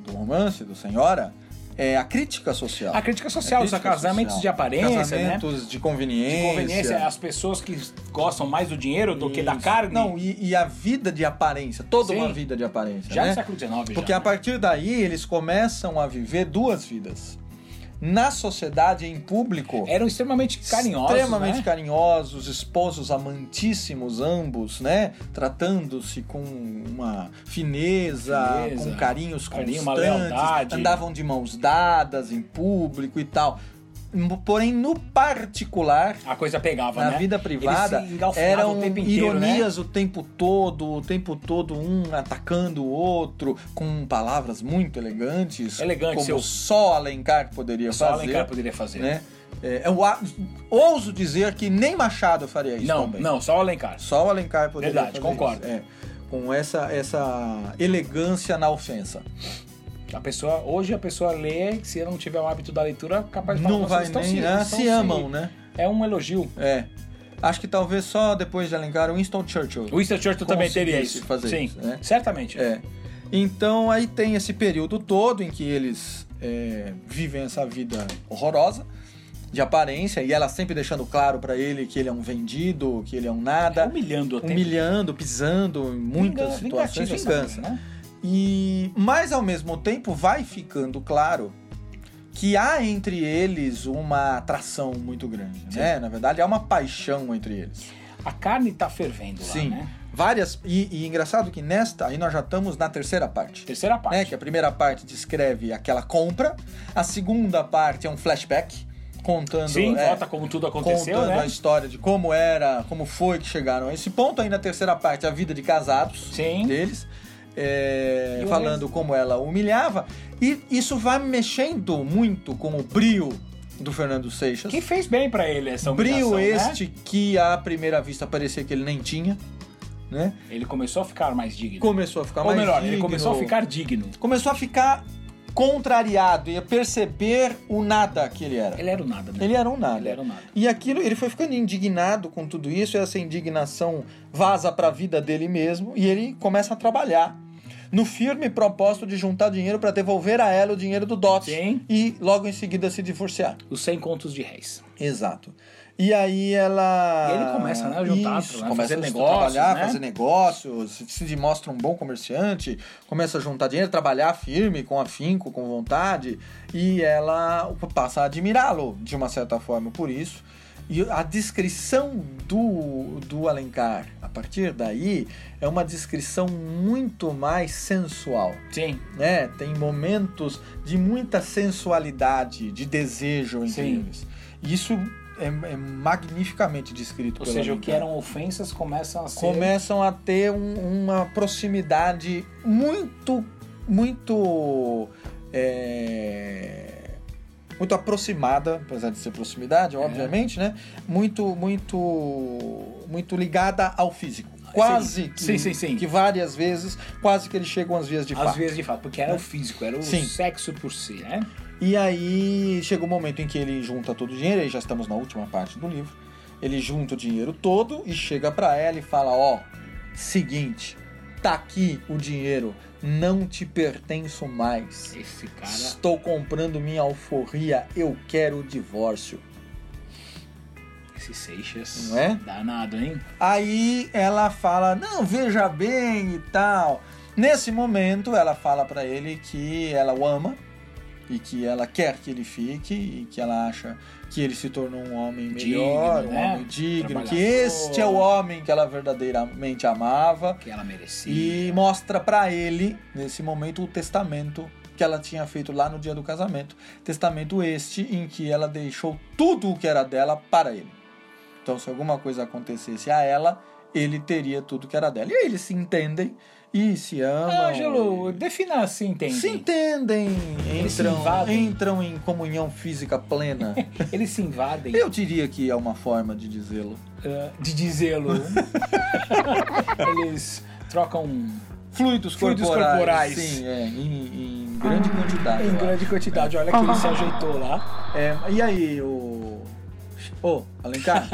Speaker 1: do romance do Senhora é a crítica social.
Speaker 2: A crítica social,
Speaker 1: A
Speaker 2: os
Speaker 1: É crítica
Speaker 2: casamentos
Speaker 1: social.
Speaker 2: de aparência, né?
Speaker 1: Casamentos de conveniência.
Speaker 2: De conveniência, as pessoas que gostam mais do dinheiro do que da
Speaker 1: Isso.
Speaker 2: carne.
Speaker 1: Não, e, e a vida de aparência, toda
Speaker 2: Sim.
Speaker 1: uma vida de aparência.
Speaker 2: já
Speaker 1: né?
Speaker 2: no século XIX.
Speaker 1: Porque
Speaker 2: já.
Speaker 1: a partir daí eles começam a viver duas vidas. Na sociedade, em público,
Speaker 2: Eram extremamente carinhosos.
Speaker 1: extremamente
Speaker 2: né?
Speaker 1: carinhosos, esposos amantíssimos ambos, né? Tratando-se com uma fineza,
Speaker 2: Fineza,
Speaker 1: com carinhos
Speaker 2: carinho, uma
Speaker 1: constantes,
Speaker 2: lealdade.
Speaker 1: andavam de mãos dadas em público e tal. Porém, no particular,
Speaker 2: A coisa pegava,
Speaker 1: na
Speaker 2: né?
Speaker 1: vida privada,
Speaker 2: Eles se engalfinhavam
Speaker 1: eram
Speaker 2: o tempo inteiro, né?
Speaker 1: ironias o tempo todo, o tempo todo um atacando o outro, com palavras muito elegantes,
Speaker 2: Elegante,
Speaker 1: como
Speaker 2: seu-
Speaker 1: só Alencar poderia
Speaker 2: né? Só
Speaker 1: fazer,
Speaker 2: Alencar poderia fazer.
Speaker 1: né? É, eu a- ouso dizer que nem Machado faria isso
Speaker 2: Não,
Speaker 1: também.
Speaker 2: não, só Alencar.
Speaker 1: Só o Alencar poderia
Speaker 2: Verdade,
Speaker 1: fazer
Speaker 2: concordo.
Speaker 1: isso, é. com essa, essa elegância na ofensa.
Speaker 2: A pessoa, hoje a pessoa lê, se ela não tiver o hábito da leitura, capaz de falar, Então
Speaker 1: não
Speaker 2: "Nossa,
Speaker 1: vai
Speaker 2: eles tão
Speaker 1: nem...
Speaker 2: se-
Speaker 1: ah,
Speaker 2: eles
Speaker 1: se,
Speaker 2: tão
Speaker 1: amam, né?
Speaker 2: É um elogio.
Speaker 1: É. Acho que talvez só depois de Alencar, Winston Churchill.
Speaker 2: O Winston Churchill também teria
Speaker 1: Conseguisse
Speaker 2: isso.
Speaker 1: fazer
Speaker 2: Sim,
Speaker 1: isso, né?
Speaker 2: certamente.
Speaker 1: É. Então aí tem esse período todo em que eles é, vivem essa vida horrorosa de aparência e ela sempre deixando claro pra ele que ele é um vendido, que ele é um nada,
Speaker 2: Humilhando até.
Speaker 1: humilhando, pisando em muitas
Speaker 2: Vinga-
Speaker 1: situações,
Speaker 2: vingativa
Speaker 1: vingança.
Speaker 2: essa mulher, né?
Speaker 1: E mas ao mesmo tempo vai ficando claro que há entre eles uma atração muito grande, né? Na verdade há uma paixão entre eles.
Speaker 2: A carne tá fervendo lá,
Speaker 1: Sim.
Speaker 2: né?
Speaker 1: Várias e, e engraçado que nesta aí nós já estamos na terceira parte.
Speaker 2: Terceira parte.
Speaker 1: né, Que a primeira parte descreve aquela compra, a segunda parte é um flashback contando,
Speaker 2: Sim,
Speaker 1: é,
Speaker 2: volta como tudo aconteceu,
Speaker 1: contando a
Speaker 2: né?
Speaker 1: história de como era, como foi que chegaram a esse ponto. Aí na terceira parte a vida de casados
Speaker 2: Sim.
Speaker 1: deles, é,
Speaker 2: E o
Speaker 1: falando como ela humilhava e isso vai mexendo muito com o brio do Fernando Seixas.
Speaker 2: Que fez bem pra ele essa humilhação,
Speaker 1: brio
Speaker 2: né?
Speaker 1: este que à primeira vista parecia que ele nem tinha, né?
Speaker 2: Ele começou a ficar mais digno.
Speaker 1: Começou a ficar
Speaker 2: Ou
Speaker 1: mais
Speaker 2: melhor, ele
Speaker 1: digno.
Speaker 2: começou a ficar digno.
Speaker 1: começou a ficar contrariado e a perceber o nada que ele era.
Speaker 2: Ele era o nada, né?
Speaker 1: Ele era um nada.
Speaker 2: Ele era o nada.
Speaker 1: E aquilo, ele foi ficando indignado com tudo isso, e essa indignação vaza para a vida dele mesmo, e ele começa a trabalhar no firme propósito de juntar dinheiro para devolver a ela o dinheiro do dote
Speaker 2: Sim.
Speaker 1: e logo em seguida se divorciar.
Speaker 2: Os 100 contos de réis.
Speaker 1: Exato. E aí ela.
Speaker 2: E ele começa, né, a juntar, né,
Speaker 1: começa
Speaker 2: fazer
Speaker 1: a
Speaker 2: negócios,
Speaker 1: trabalhar,
Speaker 2: né?
Speaker 1: fazer negócios, se- se mostra um bom comerciante, começa a juntar dinheiro, trabalhar firme, com afinco, com vontade, e ela passa a admirá-lo de uma certa forma por isso. E a descrição do, do Alencar, a partir daí, é uma descrição muito mais sensual
Speaker 2: Sim.
Speaker 1: né? Tem momentos de muita sensualidade, de desejo entre
Speaker 2: Sim.
Speaker 1: eles. E isso é, é magnificamente descrito
Speaker 2: Ou
Speaker 1: pelo
Speaker 2: seja, o
Speaker 1: Alencar.
Speaker 2: que eram ofensas começam a ser.
Speaker 1: Começam a ter um- uma proximidade muito, muito... é, Muito aproximada, apesar de ser proximidade,
Speaker 2: É.
Speaker 1: obviamente, né? Muito, muito, muito ligada ao físico. Quase que,
Speaker 2: Sim, sim, sim.
Speaker 1: que várias vezes, quase que eles chegam às vias de
Speaker 2: Às
Speaker 1: fato.
Speaker 2: vezes de fato, Né? porque era o físico, era o
Speaker 1: Sim.
Speaker 2: sexo por si, né?
Speaker 1: E aí chega o momento em que ele junta todo o dinheiro, aí já estamos na última parte do livro. Ele junta o dinheiro todo e chega pra ela e fala: Ó, seguinte, tá aqui o dinheiro, não te pertenço mais.
Speaker 2: Esse cara.
Speaker 1: Estou comprando minha alforria, eu quero o divórcio.
Speaker 2: Esse Seixas.
Speaker 1: Não é?
Speaker 2: Danado, hein?
Speaker 1: Aí ela fala: Não, veja bem e tal. Nesse momento, ela fala pra ele que ela o ama e que ela quer que ele fique e que ela acha que ele se tornou um homem
Speaker 2: Digno,
Speaker 1: melhor, um
Speaker 2: né?
Speaker 1: homem digno, que
Speaker 2: Trabalhador.
Speaker 1: este é o homem que ela verdadeiramente amava
Speaker 2: Que ela merecia.
Speaker 1: e mostra pra ele, nesse momento, o testamento que ela tinha feito lá no dia do casamento. Testamento este em que ela deixou tudo o que era dela para ele. Então, se alguma coisa acontecesse a ela, ele teria tudo que era dela. E aí eles se entendem e se amam.
Speaker 2: Ângelo, defina se entende.
Speaker 1: Se entendem,
Speaker 2: Eles se
Speaker 1: entram,
Speaker 2: invadem.
Speaker 1: entram em comunhão física plena.
Speaker 2: Eles se invadem
Speaker 1: Eu diria que é uma forma de dizê-lo.
Speaker 2: eh, de dizê-lo. Eles trocam um
Speaker 1: Fluidos
Speaker 2: Fluidos
Speaker 1: corporais.
Speaker 2: corporais. Ah,
Speaker 1: Sim, é, em, em grande quantidade. eu
Speaker 2: em
Speaker 1: acho.
Speaker 2: grande quantidade. Olha que ele se ajeitou lá.
Speaker 1: É, e aí, o. Ô, Alencar?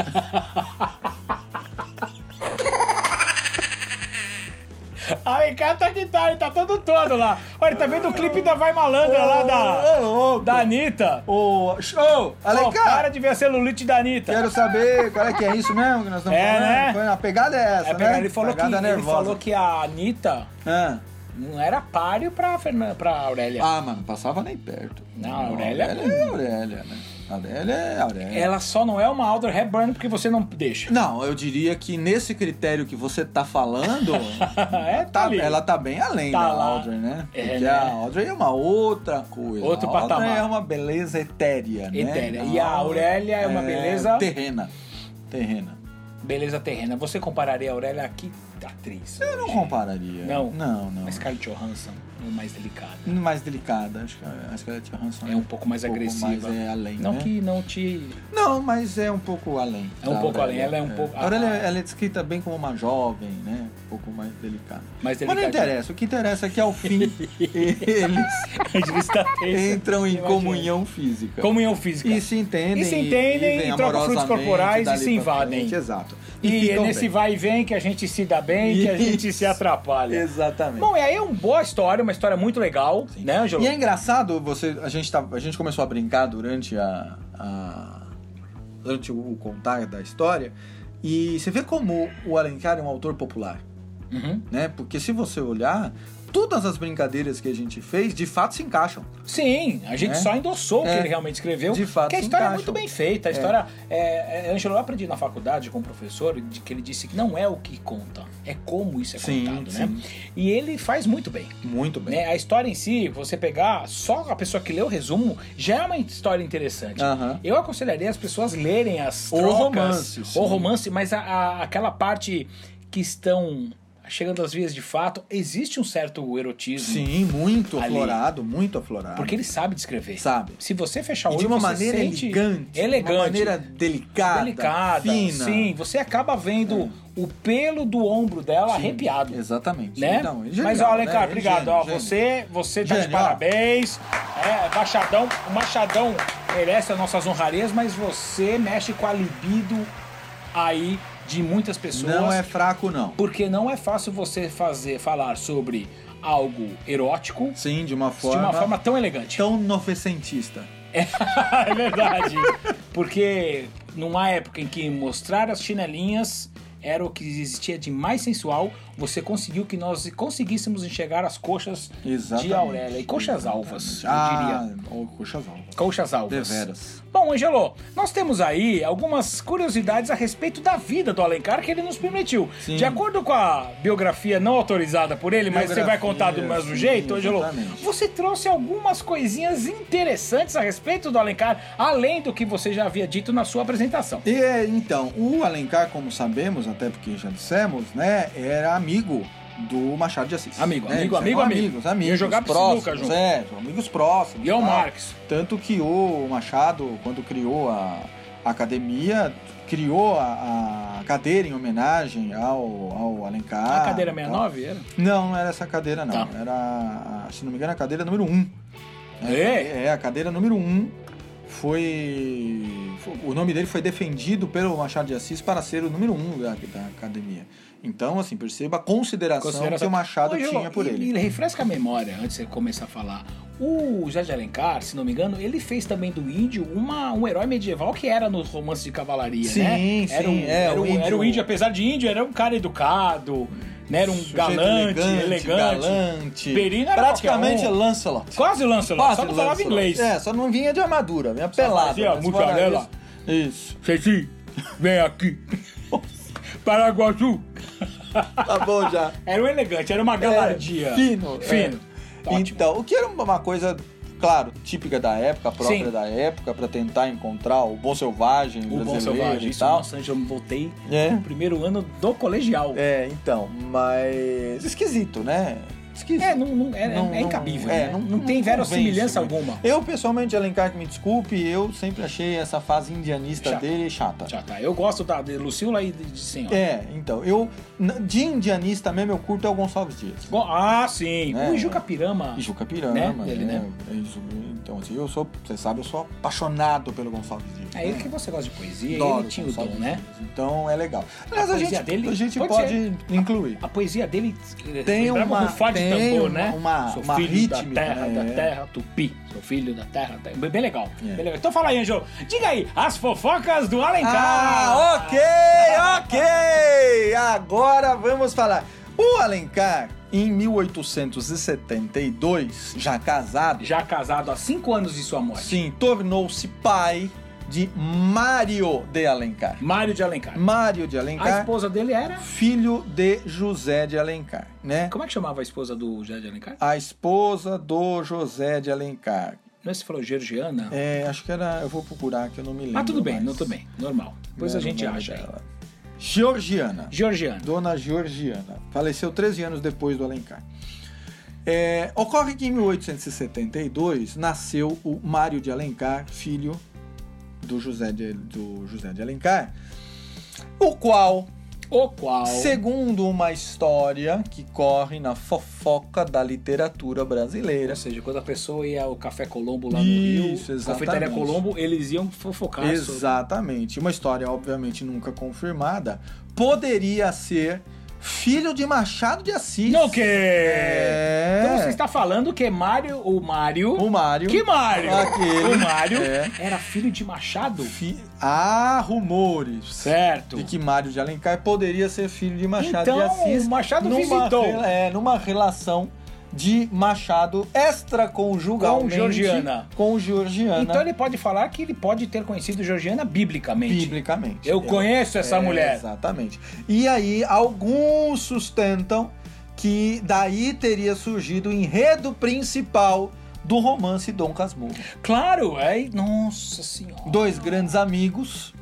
Speaker 2: Alencar tá que tá, ele tá todo todo lá. Olha, ele tá vendo o clipe da Vai Malandra lá da,
Speaker 1: Ô, louco.
Speaker 2: da Anitta.
Speaker 1: Ô, show!
Speaker 2: Pô, para
Speaker 1: Alencar!
Speaker 2: de ver a celulite da Anitta.
Speaker 1: Quero saber qual é que é isso mesmo que nós estamos
Speaker 2: É,
Speaker 1: falando.
Speaker 2: né?
Speaker 1: Foi na pegada é essa,
Speaker 2: É,
Speaker 1: né?
Speaker 2: pera, ele, falou que,
Speaker 1: pegada
Speaker 2: ele
Speaker 1: nervosa.
Speaker 2: falou que a Anitta
Speaker 1: Ah.
Speaker 2: não era páreo pra, Fernan- pra Aurélia.
Speaker 1: Ah, mano, passava nem perto.
Speaker 2: É. Não, a Aurélia-
Speaker 1: A Aurélia é Aurélia, né? A Aurélia é Aurélia.
Speaker 2: Ela só não é uma Audrey Hepburn porque você não deixa.
Speaker 1: Não, eu diria que nesse critério que você tá falando,
Speaker 2: É, tá ali.
Speaker 1: ela tá bem além
Speaker 2: Tá
Speaker 1: da
Speaker 2: lá.
Speaker 1: Audrey, né?
Speaker 2: É,
Speaker 1: Porque
Speaker 2: né?
Speaker 1: a Audrey é uma outra coisa.
Speaker 2: Outro
Speaker 1: a Audrey
Speaker 2: patamar.
Speaker 1: é uma beleza etérea, né?
Speaker 2: Etérea. E a Aurélia é uma beleza-
Speaker 1: terrena. Terrena.
Speaker 2: Beleza terrena. Você compararia a Aurélia a que atriz?
Speaker 1: Eu não compararia.
Speaker 2: Não.
Speaker 1: Não, não.
Speaker 2: A Scarlett Johansson, o mais delicado.
Speaker 1: Mais delicada, acho que a Scarlett Johansson
Speaker 2: É um pouco mais agressiva.
Speaker 1: Pouco mais é além,
Speaker 2: não
Speaker 1: né?
Speaker 2: que não te.
Speaker 1: Não, mas é um pouco além.
Speaker 2: É um
Speaker 1: da
Speaker 2: pouco além, ela é um pouco-
Speaker 1: A Aurélia, ela é descrita bem como uma jovem, né? Um pouco mais delicada.
Speaker 2: Mais
Speaker 1: Mas não
Speaker 2: delicadinha.
Speaker 1: interessa, o que interessa é que ao fim eles
Speaker 2: A gente está tensa.
Speaker 1: entram em
Speaker 2: Imagina.
Speaker 1: comunhão física.
Speaker 2: Comunhão física.
Speaker 1: Então. E se entendem.
Speaker 2: E se entendem,
Speaker 1: vivem
Speaker 2: e trocam frutos
Speaker 1: amorosamente
Speaker 2: corporais e
Speaker 1: dali
Speaker 2: se
Speaker 1: pra
Speaker 2: invadem.
Speaker 1: frente, Exato.
Speaker 2: E é
Speaker 1: ficam
Speaker 2: nesse
Speaker 1: bem.
Speaker 2: vai e vem que a gente se dá bem, que a gente se
Speaker 1: Isso.
Speaker 2: atrapalha.
Speaker 1: Exatamente.
Speaker 2: Bom, e aí é uma boa história, uma história muito legal, né, Ângelo?
Speaker 1: E é engraçado, você, a, gente tá- a gente começou a brincar durante a, a- durante o, o contar da história, e você vê como o Alencar é um autor popular,
Speaker 2: Uhum.
Speaker 1: né? Porque se você olhar, todas as brincadeiras que a gente fez, de fato se encaixam.
Speaker 2: Sim, a gente
Speaker 1: Né?
Speaker 2: só endossou o que
Speaker 1: É.
Speaker 2: ele realmente escreveu.
Speaker 1: De fato,
Speaker 2: Porque a
Speaker 1: se
Speaker 2: história é
Speaker 1: encaixam.
Speaker 2: muito bem feita.
Speaker 1: É.
Speaker 2: A história. É, é, Ângelo, eu aprendi na faculdade com um professor de que ele disse que não é o que conta, é como isso é contado, né? E ele faz muito bem.
Speaker 1: Muito bem.
Speaker 2: Né? A história em si, você pegar só a pessoa que lê o resumo, já é uma história interessante.
Speaker 1: Aham.
Speaker 2: Eu aconselharia as pessoas lerem as
Speaker 1: Ah. O
Speaker 2: trocas,
Speaker 1: romance, sim.
Speaker 2: o romance, mas a- a- aquela parte que estão chegando às vias de fato, existe um certo erotismo.
Speaker 1: Sim, muito
Speaker 2: Ali.
Speaker 1: aflorado, muito aflorado.
Speaker 2: Porque ele sabe descrever.
Speaker 1: sabe.
Speaker 2: Se você fechar o
Speaker 1: E
Speaker 2: olho,
Speaker 1: de uma
Speaker 2: você
Speaker 1: maneira
Speaker 2: sente
Speaker 1: elegante,
Speaker 2: elegante,
Speaker 1: de uma maneira delicada,
Speaker 2: delicada,
Speaker 1: fina.
Speaker 2: sim. Você acaba vendo o pelo do ombro dela
Speaker 1: Sim,
Speaker 2: Tá arrepiado.
Speaker 1: Exatamente.
Speaker 2: Né?
Speaker 1: Então, é genial,
Speaker 2: Mas olha,
Speaker 1: né?
Speaker 2: cara,
Speaker 1: É
Speaker 2: obrigado.
Speaker 1: gênio,
Speaker 2: ó,
Speaker 1: gênio.
Speaker 2: você, você tá de
Speaker 1: Gênio, ó.
Speaker 2: parabéns. É, Machadão, o Machadão merece as nossas honrarias, mas você mexe com a libido aí de muitas pessoas.
Speaker 1: Não é fraco, não.
Speaker 2: Porque não é fácil você fazer falar sobre algo erótico
Speaker 1: Sim, de uma forma,
Speaker 2: de uma forma tão elegante.
Speaker 1: tão novecentista.
Speaker 2: é verdade. Porque numa época em que mostrar as chinelinhas era o que existia de mais sensual, você conseguiu que nós conseguíssemos enxergar as coxas
Speaker 1: Exatamente.
Speaker 2: de Aurélia. E coxas alvas, eu
Speaker 1: Ah,
Speaker 2: diria.
Speaker 1: ou coxas alvas.
Speaker 2: Coxas alvas.
Speaker 1: Deveras.
Speaker 2: Bom, Angelo, nós temos aí algumas curiosidades a respeito da vida do Alencar que ele nos permitiu.
Speaker 1: Sim.
Speaker 2: De acordo com a biografia não autorizada por ele, mas você vai
Speaker 1: Biografia,
Speaker 2: contar do mesmo
Speaker 1: sim,
Speaker 2: jeito, Angelo,
Speaker 1: exatamente.
Speaker 2: você trouxe algumas coisinhas interessantes a respeito do Alencar, além do que você já havia dito na sua apresentação.
Speaker 1: E é, então, o Alencar, como sabemos, até porque já dissemos, né, era amigo do Machado de Assis.
Speaker 2: Amigo,
Speaker 1: né?
Speaker 2: amigo,
Speaker 1: Eles
Speaker 2: amigo,
Speaker 1: eram
Speaker 2: amigo.
Speaker 1: amigos, amigos.
Speaker 2: Ia jogar
Speaker 1: próximos,
Speaker 2: sinuca junto.
Speaker 1: É, amigos próximos.
Speaker 2: E é o
Speaker 1: tal.
Speaker 2: Marx.
Speaker 1: Tanto que o Machado, quando criou a a academia, criou a, a cadeira em homenagem ao, ao Alencar.
Speaker 2: a cadeira
Speaker 1: tal.
Speaker 2: 69 era?
Speaker 1: Não, não era essa cadeira, não.
Speaker 2: Tá.
Speaker 1: Era, a- se não me engano, a cadeira número 1. Um.
Speaker 2: É?
Speaker 1: a cadeira número 1 um foi, foi- O nome dele foi defendido pelo Machado de Assis para ser o número 1 um da, da academia. Então, assim, perceba a consideração, que o Machado
Speaker 2: Ô, Angelo,
Speaker 1: tinha por
Speaker 2: e-
Speaker 1: ele.
Speaker 2: E refresca a memória antes de você começar a falar. O José de Alencar, se não me engano, ele fez também do índio uma, um herói medieval que era no romance de cavalaria,
Speaker 1: Sim,
Speaker 2: né? Era
Speaker 1: sim,
Speaker 2: um,
Speaker 1: é,
Speaker 2: era,
Speaker 1: o
Speaker 2: um- era
Speaker 1: índio-
Speaker 2: o índio, apesar de índio, era um cara educado, né? Era um
Speaker 1: Sujeito
Speaker 2: galante, elegante.
Speaker 1: galante.
Speaker 2: Perino era
Speaker 1: Praticamente
Speaker 2: qualquer um.
Speaker 1: Lancelot.
Speaker 2: Quase o Lancelot,
Speaker 1: Quase
Speaker 2: só não falava
Speaker 1: Lancelot.
Speaker 2: inglês.
Speaker 1: É, só não vinha de armadura, vinha pelado.
Speaker 2: fazia
Speaker 1: mas
Speaker 2: muita
Speaker 1: fora
Speaker 2: lela.
Speaker 1: isso- Isso.
Speaker 2: Ceci, vem aqui. Paraguaçu.
Speaker 1: Tá bom já.
Speaker 2: Era um elegante, era uma galardia.
Speaker 1: É, fino.
Speaker 2: Fino.
Speaker 1: é.
Speaker 2: Tá Ótimo.
Speaker 1: Então, o que era uma coisa, claro, típica da época, própria
Speaker 2: Sim.
Speaker 1: da época, pra tentar encontrar o bom selvagem
Speaker 2: O
Speaker 1: brasileiro
Speaker 2: Bom Selvagem.
Speaker 1: e
Speaker 2: Isso,
Speaker 1: tal.
Speaker 2: nossa, eu voltei
Speaker 1: É.
Speaker 2: no primeiro ano do colegial.
Speaker 1: É, então, mas É, esquisito, né? esquisito.
Speaker 2: É, não, não- é,
Speaker 1: Não-
Speaker 2: é incabível.
Speaker 1: é,
Speaker 2: né?
Speaker 1: não-
Speaker 2: não,
Speaker 1: não
Speaker 2: tem
Speaker 1: convence,
Speaker 2: verossimilhança
Speaker 1: né?
Speaker 2: alguma.
Speaker 1: Eu, pessoalmente, Alencar, que me desculpe, eu sempre achei essa fase indianista
Speaker 2: Chata.
Speaker 1: dele chata.
Speaker 2: Já tá. Eu gosto da de Lucila e de, de senhora.
Speaker 1: É, então, eu, n- de indianista mesmo, eu curto é o Gonçalves Dias.
Speaker 2: Go- Ah, sim.
Speaker 1: É.
Speaker 2: O Ijuca Pirama.
Speaker 1: E Juca Pirama,
Speaker 2: Né? Ele,
Speaker 1: é,
Speaker 2: né?
Speaker 1: é isso. Então, assim, eu sou, você sabe, eu sou apaixonado pelo Gonçalves Dias.
Speaker 2: É ele que você gosta de poesia.
Speaker 1: Adoro
Speaker 2: ele tinha o dom,
Speaker 1: Gonçalves
Speaker 2: né?
Speaker 1: Dias. Então, é legal. Aliás, a,
Speaker 2: poesia
Speaker 1: gente,
Speaker 2: dele
Speaker 1: a gente
Speaker 2: pode
Speaker 1: pode, incluir.
Speaker 2: A poesia dele eh,
Speaker 1: Tem
Speaker 2: lembrava
Speaker 1: uma-
Speaker 2: um fado de
Speaker 1: tem
Speaker 2: tambor,
Speaker 1: uma-
Speaker 2: né?
Speaker 1: uma-
Speaker 2: Sou
Speaker 1: uma
Speaker 2: filho
Speaker 1: rítmica,
Speaker 2: da terra,
Speaker 1: né?
Speaker 2: da terra tupi. Sou filho da terra, da- bem, bem legal,
Speaker 1: É.
Speaker 2: bem legal. Então fala aí, Anjo. Diga aí, as fofocas do Alencar.
Speaker 1: Ah, ok, ok! Agora vamos falar. O Alencar, em 1872, já casado,
Speaker 2: Já casado há cinco anos de sua morte.
Speaker 1: sim, tornou-se pai de Mário de Alencar.
Speaker 2: Mário de
Speaker 1: Hum,
Speaker 2: Alencar.
Speaker 1: Mário de
Speaker 2: A
Speaker 1: Alencar,
Speaker 2: esposa dele era...
Speaker 1: filho de José de Alencar, né?
Speaker 2: Como é que chamava a esposa do José de Alencar?
Speaker 1: A esposa do José de Alencar.
Speaker 2: Não é se falou Georgiana?
Speaker 1: É, acho que era. Eu vou procurar que eu não me lembro.
Speaker 2: ah, tudo bem,
Speaker 1: mais.
Speaker 2: não, tudo bem. Normal. Depois
Speaker 1: Não
Speaker 2: a
Speaker 1: era o
Speaker 2: gente
Speaker 1: nome
Speaker 2: acha aí.
Speaker 1: dela. Georgiana.
Speaker 2: Georgiana.
Speaker 1: Dona Georgiana. Faleceu 13 anos depois do Alencar. É, ocorre que em 1872 nasceu o Mário de Alencar, filho do José de, do José de Alencar, o qual,
Speaker 2: O qual...
Speaker 1: segundo uma história que corre na fofoca da literatura brasileira,
Speaker 2: Ou seja, quando a pessoa ia ao Café Colombo lá no
Speaker 1: Isso,
Speaker 2: Rio,
Speaker 1: exatamente.
Speaker 2: Cafeitaria Colombo, eles iam fofocar sobre-
Speaker 1: Exatamente. Uma história, obviamente, nunca confirmada. Poderia ser filho de Machado de Assis.
Speaker 2: Não que...
Speaker 1: É.
Speaker 2: Então você está falando que Mário, o Mário...
Speaker 1: O Mário.
Speaker 2: Que Mário?
Speaker 1: Aquele.
Speaker 2: O Mário
Speaker 1: É.
Speaker 2: era filho de Machado?
Speaker 1: Fi- Há rumores
Speaker 2: Certo.
Speaker 1: de que Mário de Alencar poderia ser filho de Machado
Speaker 2: Então,
Speaker 1: de Assis.
Speaker 2: o Machado visitou.
Speaker 1: rela- é, numa relação de Machado extraconjugal
Speaker 2: Com Georgiana.
Speaker 1: Com Georgiana.
Speaker 2: Então ele pode falar que ele pode ter conhecido Georgiana biblicamente.
Speaker 1: Biblicamente.
Speaker 2: Eu
Speaker 1: É.
Speaker 2: conheço essa
Speaker 1: É,
Speaker 2: mulher.
Speaker 1: Exatamente. E aí, alguns sustentam que daí teria surgido o enredo principal do romance Dom Casmurro.
Speaker 2: Claro, aí, nossa senhora.
Speaker 1: Dois grandes amigos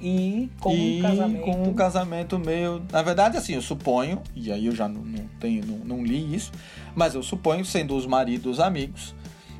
Speaker 2: E com
Speaker 1: e
Speaker 2: um casamento.
Speaker 1: com um casamento meio... Na verdade, assim, eu suponho, e aí eu já não, não tenho, não, não li isso, mas eu suponho, sendo os maridos amigos,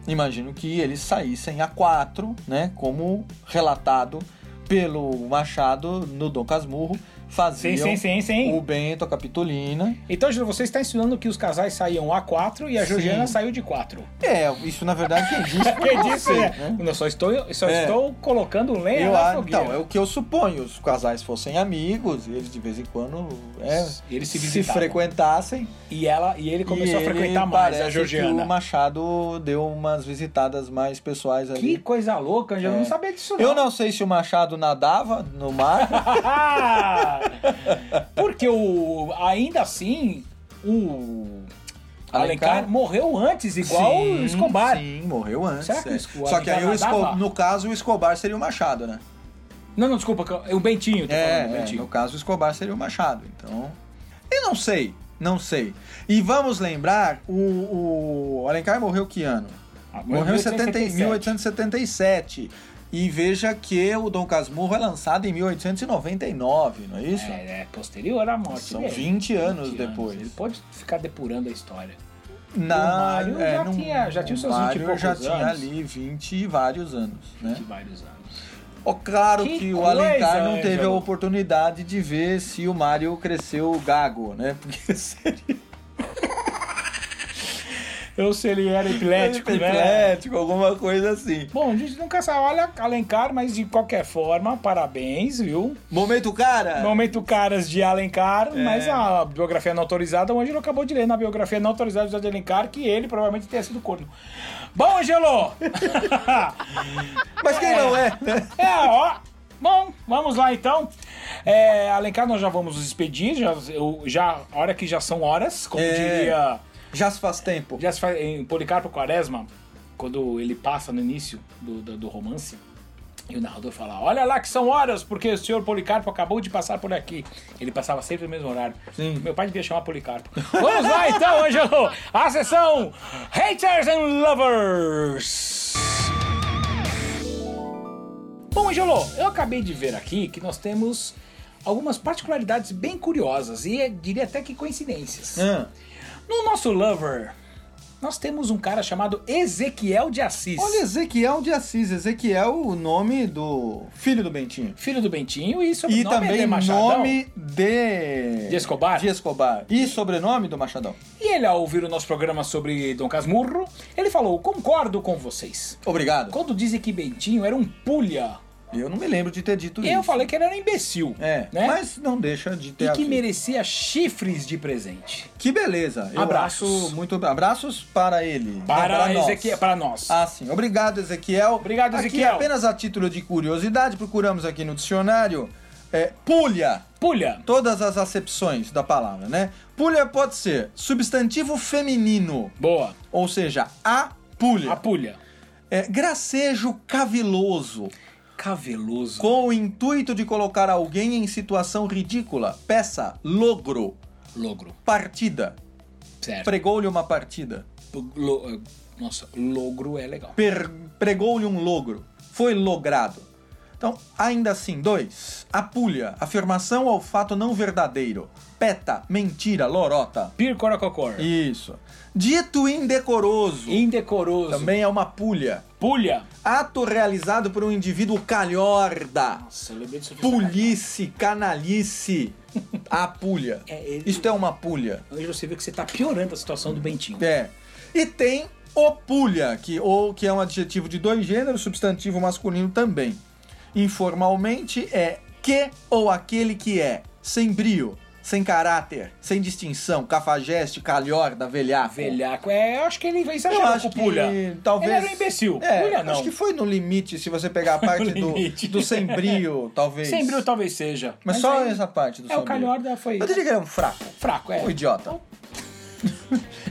Speaker 1: imagino que eles saíssem a quatro, né, como relatado pelo Machado no Dom Casmurro, faziam...
Speaker 2: Sim, sim, sim, sim.
Speaker 1: O Bento, a Capitolina.
Speaker 2: Então, Gil, você está ensinando que os casais saíam a quatro e a Georgiana
Speaker 1: Sim.
Speaker 2: saiu de quatro.
Speaker 1: É, isso na verdade quem disse foi
Speaker 2: Quem disse?
Speaker 1: você,
Speaker 2: é.
Speaker 1: né?
Speaker 2: Eu só estou, só
Speaker 1: É.
Speaker 2: estou colocando lenha
Speaker 1: Eu,
Speaker 2: na
Speaker 1: ah,
Speaker 2: fogueira.
Speaker 1: então, é o que eu suponho. Os casais fossem amigos, e eles de vez em quando é,
Speaker 2: Eles se
Speaker 1: se
Speaker 2: visitavam.
Speaker 1: frequentassem.
Speaker 2: E, ela, e ele começou
Speaker 1: E
Speaker 2: a frequentar
Speaker 1: ele
Speaker 2: mais
Speaker 1: parece
Speaker 2: a
Speaker 1: Que
Speaker 2: Georgiana.
Speaker 1: o Machado deu umas visitadas mais pessoais
Speaker 2: Que
Speaker 1: ali.
Speaker 2: coisa louca, Angelo. Eu
Speaker 1: É.
Speaker 2: não sabia disso, não.
Speaker 1: Eu não sei se o Machado nadava no mar.
Speaker 2: Porque o, ainda assim, o Alencar,
Speaker 1: Alencar-
Speaker 2: morreu antes, igual o Escobar.
Speaker 1: Sim, morreu antes.
Speaker 2: Será que o
Speaker 1: é.
Speaker 2: Escobar
Speaker 1: Só que aí, o
Speaker 2: nadava?
Speaker 1: Escobar, no caso, o Escobar seria o Machado, né?
Speaker 2: Não, não, desculpa, é o Bentinho. Tô
Speaker 1: É,
Speaker 2: falando,
Speaker 1: é,
Speaker 2: Bentinho.
Speaker 1: no caso o Escobar seria o Machado, então. E não sei, não sei. E vamos lembrar, o, o Alencar morreu que ano?
Speaker 2: Ah,
Speaker 1: Morreu em 70 em 1877. E veja que o Dom Casmurro é lançado em 1899, não é isso?
Speaker 2: É, é posterior à morte.
Speaker 1: São
Speaker 2: dele.
Speaker 1: 20 anos depois.
Speaker 2: Ele pode ficar depurando a história.
Speaker 1: Na- é,
Speaker 2: o Mário já tinha- já tinha os seus
Speaker 1: o
Speaker 2: 20 e
Speaker 1: Mário
Speaker 2: poucos
Speaker 1: já tinha
Speaker 2: anos.
Speaker 1: ali 20 e vários anos, né?
Speaker 2: De vários anos.
Speaker 1: Ó, claro
Speaker 2: Que
Speaker 1: que, o
Speaker 2: coisa, né,
Speaker 1: Alencar não
Speaker 2: Ângelo.
Speaker 1: teve a oportunidade de ver se o Mário cresceu gago, né? Porque seria
Speaker 2: Eu sei, ele era epilético, né?
Speaker 1: epilético, alguma coisa assim.
Speaker 2: Bom, a gente nunca sabe, olha, Alencar, mas de qualquer forma, parabéns, viu?
Speaker 1: Momento, cara!
Speaker 2: Momento caras de Alencar, mas a biografia não autorizada, o Ângelo acabou de ler na biografia não autorizada de José de Alencar que ele provavelmente tenha sido corno. Bom, Ângelo!
Speaker 1: Mas quem não é? né?
Speaker 2: é, ó. Bom, vamos lá então. É, Alencar, nós já vamos nos despedir, já, eu- já, a hora que já são horas, como
Speaker 1: É.
Speaker 2: diria.
Speaker 1: Já se faz tempo.
Speaker 2: Tipo, Já se faz, em Policarpo Quaresma, quando ele passa no início do, do, do romance, e o narrador fala: Olha lá que são horas, porque o senhor Policarpo acabou de passar por aqui. Ele passava sempre no mesmo horário.
Speaker 1: Sim.
Speaker 2: Meu pai devia chamar Policarpo. Vamos lá então, Ângelo! A sessão Haters and Lovers! Bom, Ângelo, eu acabei de ver aqui que nós temos é, algumas particularidades bem curiosas e eh, diria até que coincidências.
Speaker 1: Ah,
Speaker 2: No nosso Lover, nós temos um cara chamado Ezequiel de Assis.
Speaker 1: Olha, Ezequiel de Assis. Ezequiel, o nome do filho do Bentinho.
Speaker 2: Filho do Bentinho e
Speaker 1: E
Speaker 2: sobrenome é
Speaker 1: também
Speaker 2: de Machadão.
Speaker 1: nome de...
Speaker 2: De Escobar.
Speaker 1: De Escobar. E sobrenome do Machadão.
Speaker 2: E ele, ao ouvir o nosso programa sobre Dom Casmurro, ele falou, concordo com vocês.
Speaker 1: Obrigado.
Speaker 2: Quando dizem que Bentinho era um pulha,
Speaker 1: Eu não me lembro de ter dito isso.
Speaker 2: eu falei que ele era um imbecil.
Speaker 1: É,
Speaker 2: né?
Speaker 1: mas não deixa de ter
Speaker 2: E
Speaker 1: a
Speaker 2: que
Speaker 1: ver.
Speaker 2: merecia chifres de presente.
Speaker 1: Que beleza. Eu
Speaker 2: Abraços.
Speaker 1: acho muito abraços para ele.
Speaker 2: Para,
Speaker 1: É, nós.
Speaker 2: Ezequiel, para nós.
Speaker 1: Ah, sim. Obrigado, Ezequiel.
Speaker 2: Obrigado,
Speaker 1: Aqui,
Speaker 2: Ezequiel.
Speaker 1: apenas a título de curiosidade, procuramos aqui no dicionário é, pulha,
Speaker 2: Pulha.
Speaker 1: todas as acepções da palavra, né? Pulha pode ser substantivo feminino,
Speaker 2: Boa.
Speaker 1: ou seja, a
Speaker 2: A
Speaker 1: pulha.
Speaker 2: pulha.
Speaker 1: É, gracejo caviloso,
Speaker 2: Caveloso.
Speaker 1: com o intuito de colocar alguém em situação ridícula. Peça, logro,
Speaker 2: Logro.
Speaker 1: partida.
Speaker 2: Certo.
Speaker 1: Pregou-lhe uma partida.
Speaker 2: Lo- eh, Nossa, logro é legal.
Speaker 1: Per- pregou-lhe um logro. Foi logrado. Então, ainda assim, dois. Apulha, afirmação ao fato não verdadeiro. Peta, mentira, lorota.
Speaker 2: Pir coracocor.
Speaker 1: Isso. Dito indecoroso.
Speaker 2: Indecoroso.
Speaker 1: Também é uma pulha.
Speaker 2: Pulha.
Speaker 1: Ato realizado por um indivíduo calhorda.
Speaker 2: Nossa, eu lembrei disso. aqui.
Speaker 1: Pulice, canalice. A pulha.
Speaker 2: É, ele-
Speaker 1: Isto é uma pulha.
Speaker 2: Hoje você vê que você tá piorando a situação do Bentinho.
Speaker 1: É. E tem opulha, que, ou, que é um adjetivo de dois gêneros, substantivo masculino também. Informalmente é que ou aquele que é, sem brio, sem caráter, sem distinção, cafajeste, calhorda, velhaco.
Speaker 2: Velhaco. É, eu acho que ele vai
Speaker 1: Eu
Speaker 2: exagerar
Speaker 1: acho
Speaker 2: com
Speaker 1: que
Speaker 2: pulha.
Speaker 1: talvez.
Speaker 2: Ele era um imbecil.
Speaker 1: É,
Speaker 2: pulha
Speaker 1: Acho
Speaker 2: não.
Speaker 1: que foi no limite, se você pegar a parte do,
Speaker 2: limite.
Speaker 1: do sem brio, talvez.
Speaker 2: Sem brilho talvez seja.
Speaker 1: Mas, só
Speaker 2: aí-
Speaker 1: essa parte do
Speaker 2: É,
Speaker 1: sem
Speaker 2: o
Speaker 1: brio.
Speaker 2: calhorda foi
Speaker 1: Eu diria que ele é um fraco.
Speaker 2: fraco, é.
Speaker 1: Um idiota.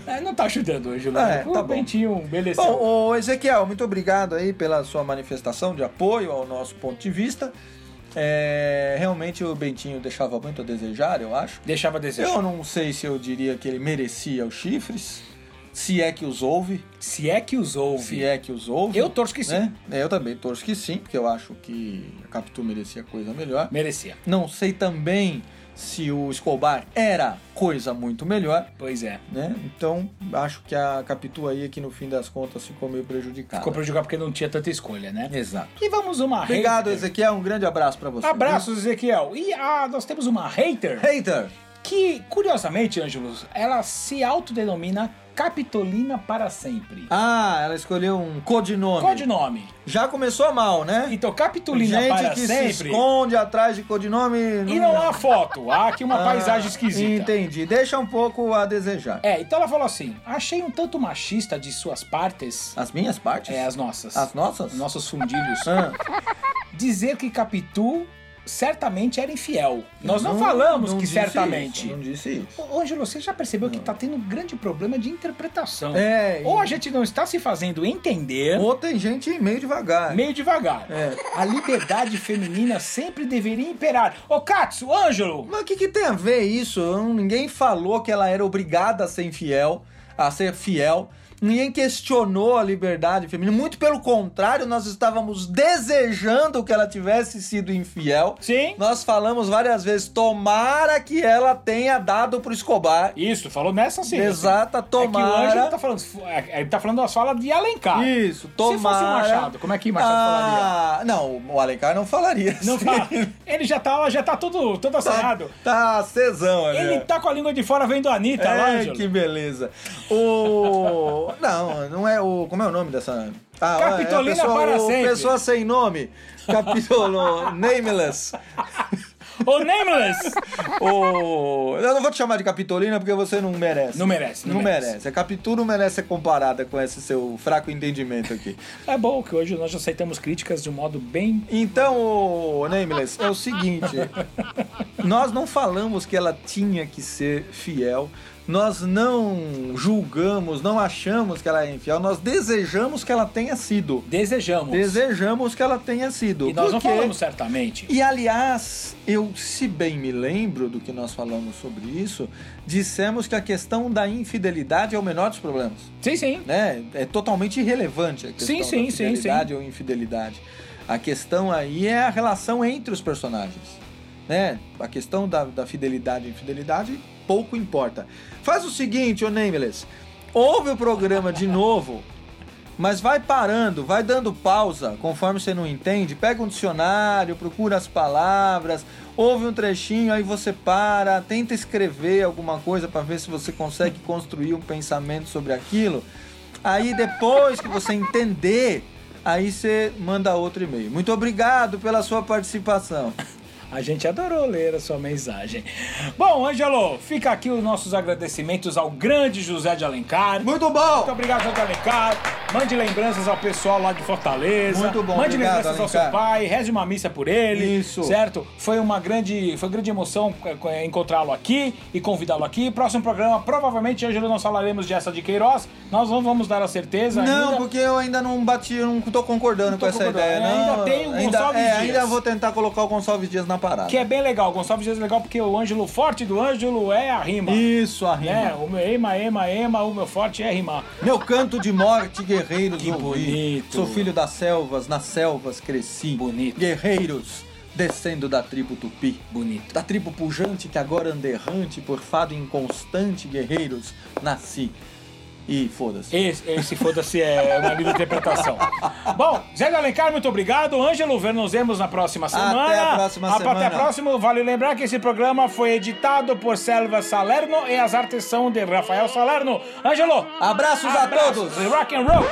Speaker 2: É, não tá ajudando hoje,
Speaker 1: Ah, é,
Speaker 2: Lógico.
Speaker 1: tá
Speaker 2: o
Speaker 1: bom.
Speaker 2: Bentinho, beleza.
Speaker 1: Bom, ô Ezequiel, muito obrigado aí pela sua manifestação de apoio ao nosso ponto de vista. É, realmente o Bentinho deixava muito a desejar, eu acho.
Speaker 2: Deixava desejo.
Speaker 1: Eu não sei se eu diria que ele merecia os chifres, se é que os houve,
Speaker 2: Se é que os ouve.
Speaker 1: se é que os houve.
Speaker 2: Eu torço que sim.
Speaker 1: né? É, Eu também torço que sim, porque eu acho que a Capitu merecia coisa melhor.
Speaker 2: Merecia.
Speaker 1: Não sei também se o Escobar era coisa muito melhor,
Speaker 2: Pois é.
Speaker 1: né? Então acho que a Capitu aí, que no fim das contas ficou meio prejudicada.
Speaker 2: Ficou pra jogar porque não tinha tanta escolha, né?
Speaker 1: Exato.
Speaker 2: E vamos uma
Speaker 1: Obrigado,
Speaker 2: hater.
Speaker 1: Ezequiel. Um grande abraço pra você.
Speaker 2: Abraços, Ezequiel. E ah, nós temos uma hater
Speaker 1: Hater.
Speaker 2: que, curiosamente, Ângelos, ela se autodenomina Capitolina para sempre.
Speaker 1: Ah, ela escolheu um codinome.
Speaker 2: Codinome.
Speaker 1: Já começou mal, né?
Speaker 2: Então, Capitolina
Speaker 1: Gente
Speaker 2: para
Speaker 1: que se
Speaker 2: sempre.
Speaker 1: esconde atrás de codinome.
Speaker 2: E não há foto. Há aqui uma
Speaker 1: Ah,
Speaker 2: paisagem esquisita.
Speaker 1: Entendi. Deixa um pouco a desejar.
Speaker 2: É, então ela falou assim: achei um tanto machista de suas partes.
Speaker 1: As minhas partes?
Speaker 2: É, as nossas.
Speaker 1: Ah, As nossas?
Speaker 2: Nossos fundilhos.
Speaker 1: Ah,
Speaker 2: dizer que Capitu certamente era infiel. Nós não,
Speaker 1: não-
Speaker 2: falamos
Speaker 1: não
Speaker 2: que
Speaker 1: disse
Speaker 2: certamente.
Speaker 1: isso, não disse isso.
Speaker 2: Ô, Ângelo, você já percebeu que tá tendo um grande problema de interpretação.
Speaker 1: É,
Speaker 2: Ou a gente não está se fazendo entender,
Speaker 1: ou tem gente meio devagar.
Speaker 2: meio devagar.
Speaker 1: É.
Speaker 2: A liberdade feminina sempre deveria imperar. Ô, Katsu, Ângelo!
Speaker 1: Mas o que, que tem a ver isso? Não- Ninguém falou que ela era obrigada a ser infiel, a ser fiel. Ninguém questionou a liberdade feminina. Muito pelo contrário, nós estávamos desejando que ela tivesse sido infiel.
Speaker 2: Sim?
Speaker 1: Nós falamos várias vezes, tomara que ela tenha dado pro Escobar.
Speaker 2: Isso, falou nessa sim.
Speaker 1: Exata,
Speaker 2: É que o Ângelo
Speaker 1: tomara.
Speaker 2: tá falando, ele tá falando as falas de Alencar.
Speaker 1: Isso,
Speaker 2: Tá. fosse o
Speaker 1: tomara.
Speaker 2: Machado, como é que Machado
Speaker 1: ah, Não, o Alencar não falaria.
Speaker 2: Não
Speaker 1: assim.
Speaker 2: fala. Ele já tá, já tá todo, todo
Speaker 1: Tá,
Speaker 2: assanhado.
Speaker 1: tá cesão ali.
Speaker 2: Ele tá com a língua de fora vendo a Anitta lá,
Speaker 1: É,
Speaker 2: Ângelo.
Speaker 1: que beleza. O. Não, não é o. Como é o nome dessa. Ah,
Speaker 2: Capitolina
Speaker 1: é a pessoa,
Speaker 2: para
Speaker 1: o-
Speaker 2: sempre.
Speaker 1: Pessoa sem nome. Capitolo. nameless.
Speaker 2: Ô, Nameless!
Speaker 1: O... Eu não vou te chamar de Capitolina porque você não merece.
Speaker 2: Não merece,
Speaker 1: Não,
Speaker 2: não
Speaker 1: merece.
Speaker 2: merece.
Speaker 1: A Capitu não merece ser comparada com esse seu fraco entendimento aqui.
Speaker 2: É bom que hoje nós aceitamos críticas de um modo bem.
Speaker 1: Então, o Nameless, é o seguinte: nós não falamos que ela tinha que ser fiel, nós não julgamos, não achamos que ela é infiel, nós desejamos que ela tenha sido.
Speaker 2: Desejamos.
Speaker 1: Desejamos que ela tenha sido.
Speaker 2: E nós não
Speaker 1: Porque-
Speaker 2: falamos certamente.
Speaker 1: E aliás, eu, se bem me lembro do que nós falamos sobre isso, dissemos que a questão da infidelidade é o menor dos problemas
Speaker 2: Sim, sim.
Speaker 1: né? É totalmente irrelevante a questão
Speaker 2: Sim, sim,
Speaker 1: da
Speaker 2: sim,
Speaker 1: fidelidade ou infidelidade. A questão aí é a relação entre os personagens. né? A questão da, da fidelidade e infidelidade pouco importa. Faz o seguinte, ô Nameless, ouve o programa de novo, mas vai parando, vai dando pausa, conforme você não entende, pega um dicionário, procura as palavras, ouve um trechinho, aí você para, tenta escrever alguma coisa para ver se você consegue construir um pensamento sobre aquilo. Aí depois que você entender, aí você manda outro e-mail. Muito obrigado pela sua participação.
Speaker 2: A gente adorou ler a sua mensagem. Bom, Ângelo, fica aqui os nossos agradecimentos ao grande José de Alencar.
Speaker 1: Muito bom!
Speaker 2: Muito obrigado, José de Alencar. Mande lembranças ao pessoal lá de Fortaleza.
Speaker 1: Muito bom,
Speaker 2: Mande
Speaker 1: obrigado,
Speaker 2: lembranças ao
Speaker 1: Alencar.
Speaker 2: seu pai, reze uma missa por ele.
Speaker 1: Isso.
Speaker 2: Certo? Foi uma grande, foi grande emoção eh, encontrá-lo aqui e convidá-lo aqui. Próximo programa, provavelmente, Ângelo, nós falaremos de essa de Queiroz. Nós não vamos dar a certeza
Speaker 1: Não,
Speaker 2: ainda.
Speaker 1: porque eu ainda não bati, eu não tô concordando
Speaker 2: Não tô
Speaker 1: com essa
Speaker 2: concordando.
Speaker 1: ideia.
Speaker 2: Ainda
Speaker 1: não.
Speaker 2: tem o
Speaker 1: ainda,
Speaker 2: Gonçalves
Speaker 1: é,
Speaker 2: Dias.
Speaker 1: ainda vou tentar colocar o Gonçalves Dias na parada.
Speaker 2: Que é bem legal. Gonçalves Dias é legal porque o Ângelo forte do Ângelo é a rima.
Speaker 1: Isso, a rima.
Speaker 2: É, o meu ema, ema, ema, o meu forte é rimar.
Speaker 1: Meu canto de morte, guerreiros,
Speaker 2: Que
Speaker 1: ouvi.
Speaker 2: bonito.
Speaker 1: Sou filho das selvas, nas selvas cresci.
Speaker 2: Bonito.
Speaker 1: Guerreiros, descendo da tribo tupi.
Speaker 2: Bonito.
Speaker 1: Da tribo pujante que agora anda errante, por fado inconstante, guerreiros, nasci. E foda-se.
Speaker 2: Esse, esse foda-se é uma livre interpretação. Bom, Zé de Alencar, muito obrigado. Ângelo, ver- nos vemos na próxima semana.
Speaker 1: a próxima
Speaker 2: Até
Speaker 1: semana.
Speaker 2: a próxima. Vale lembrar que esse programa foi editado por Selva Salerno e as artes são de Rafael Salerno. Ângelo,
Speaker 1: Abraços a
Speaker 2: abraços.
Speaker 1: todos!
Speaker 2: Rock and roll.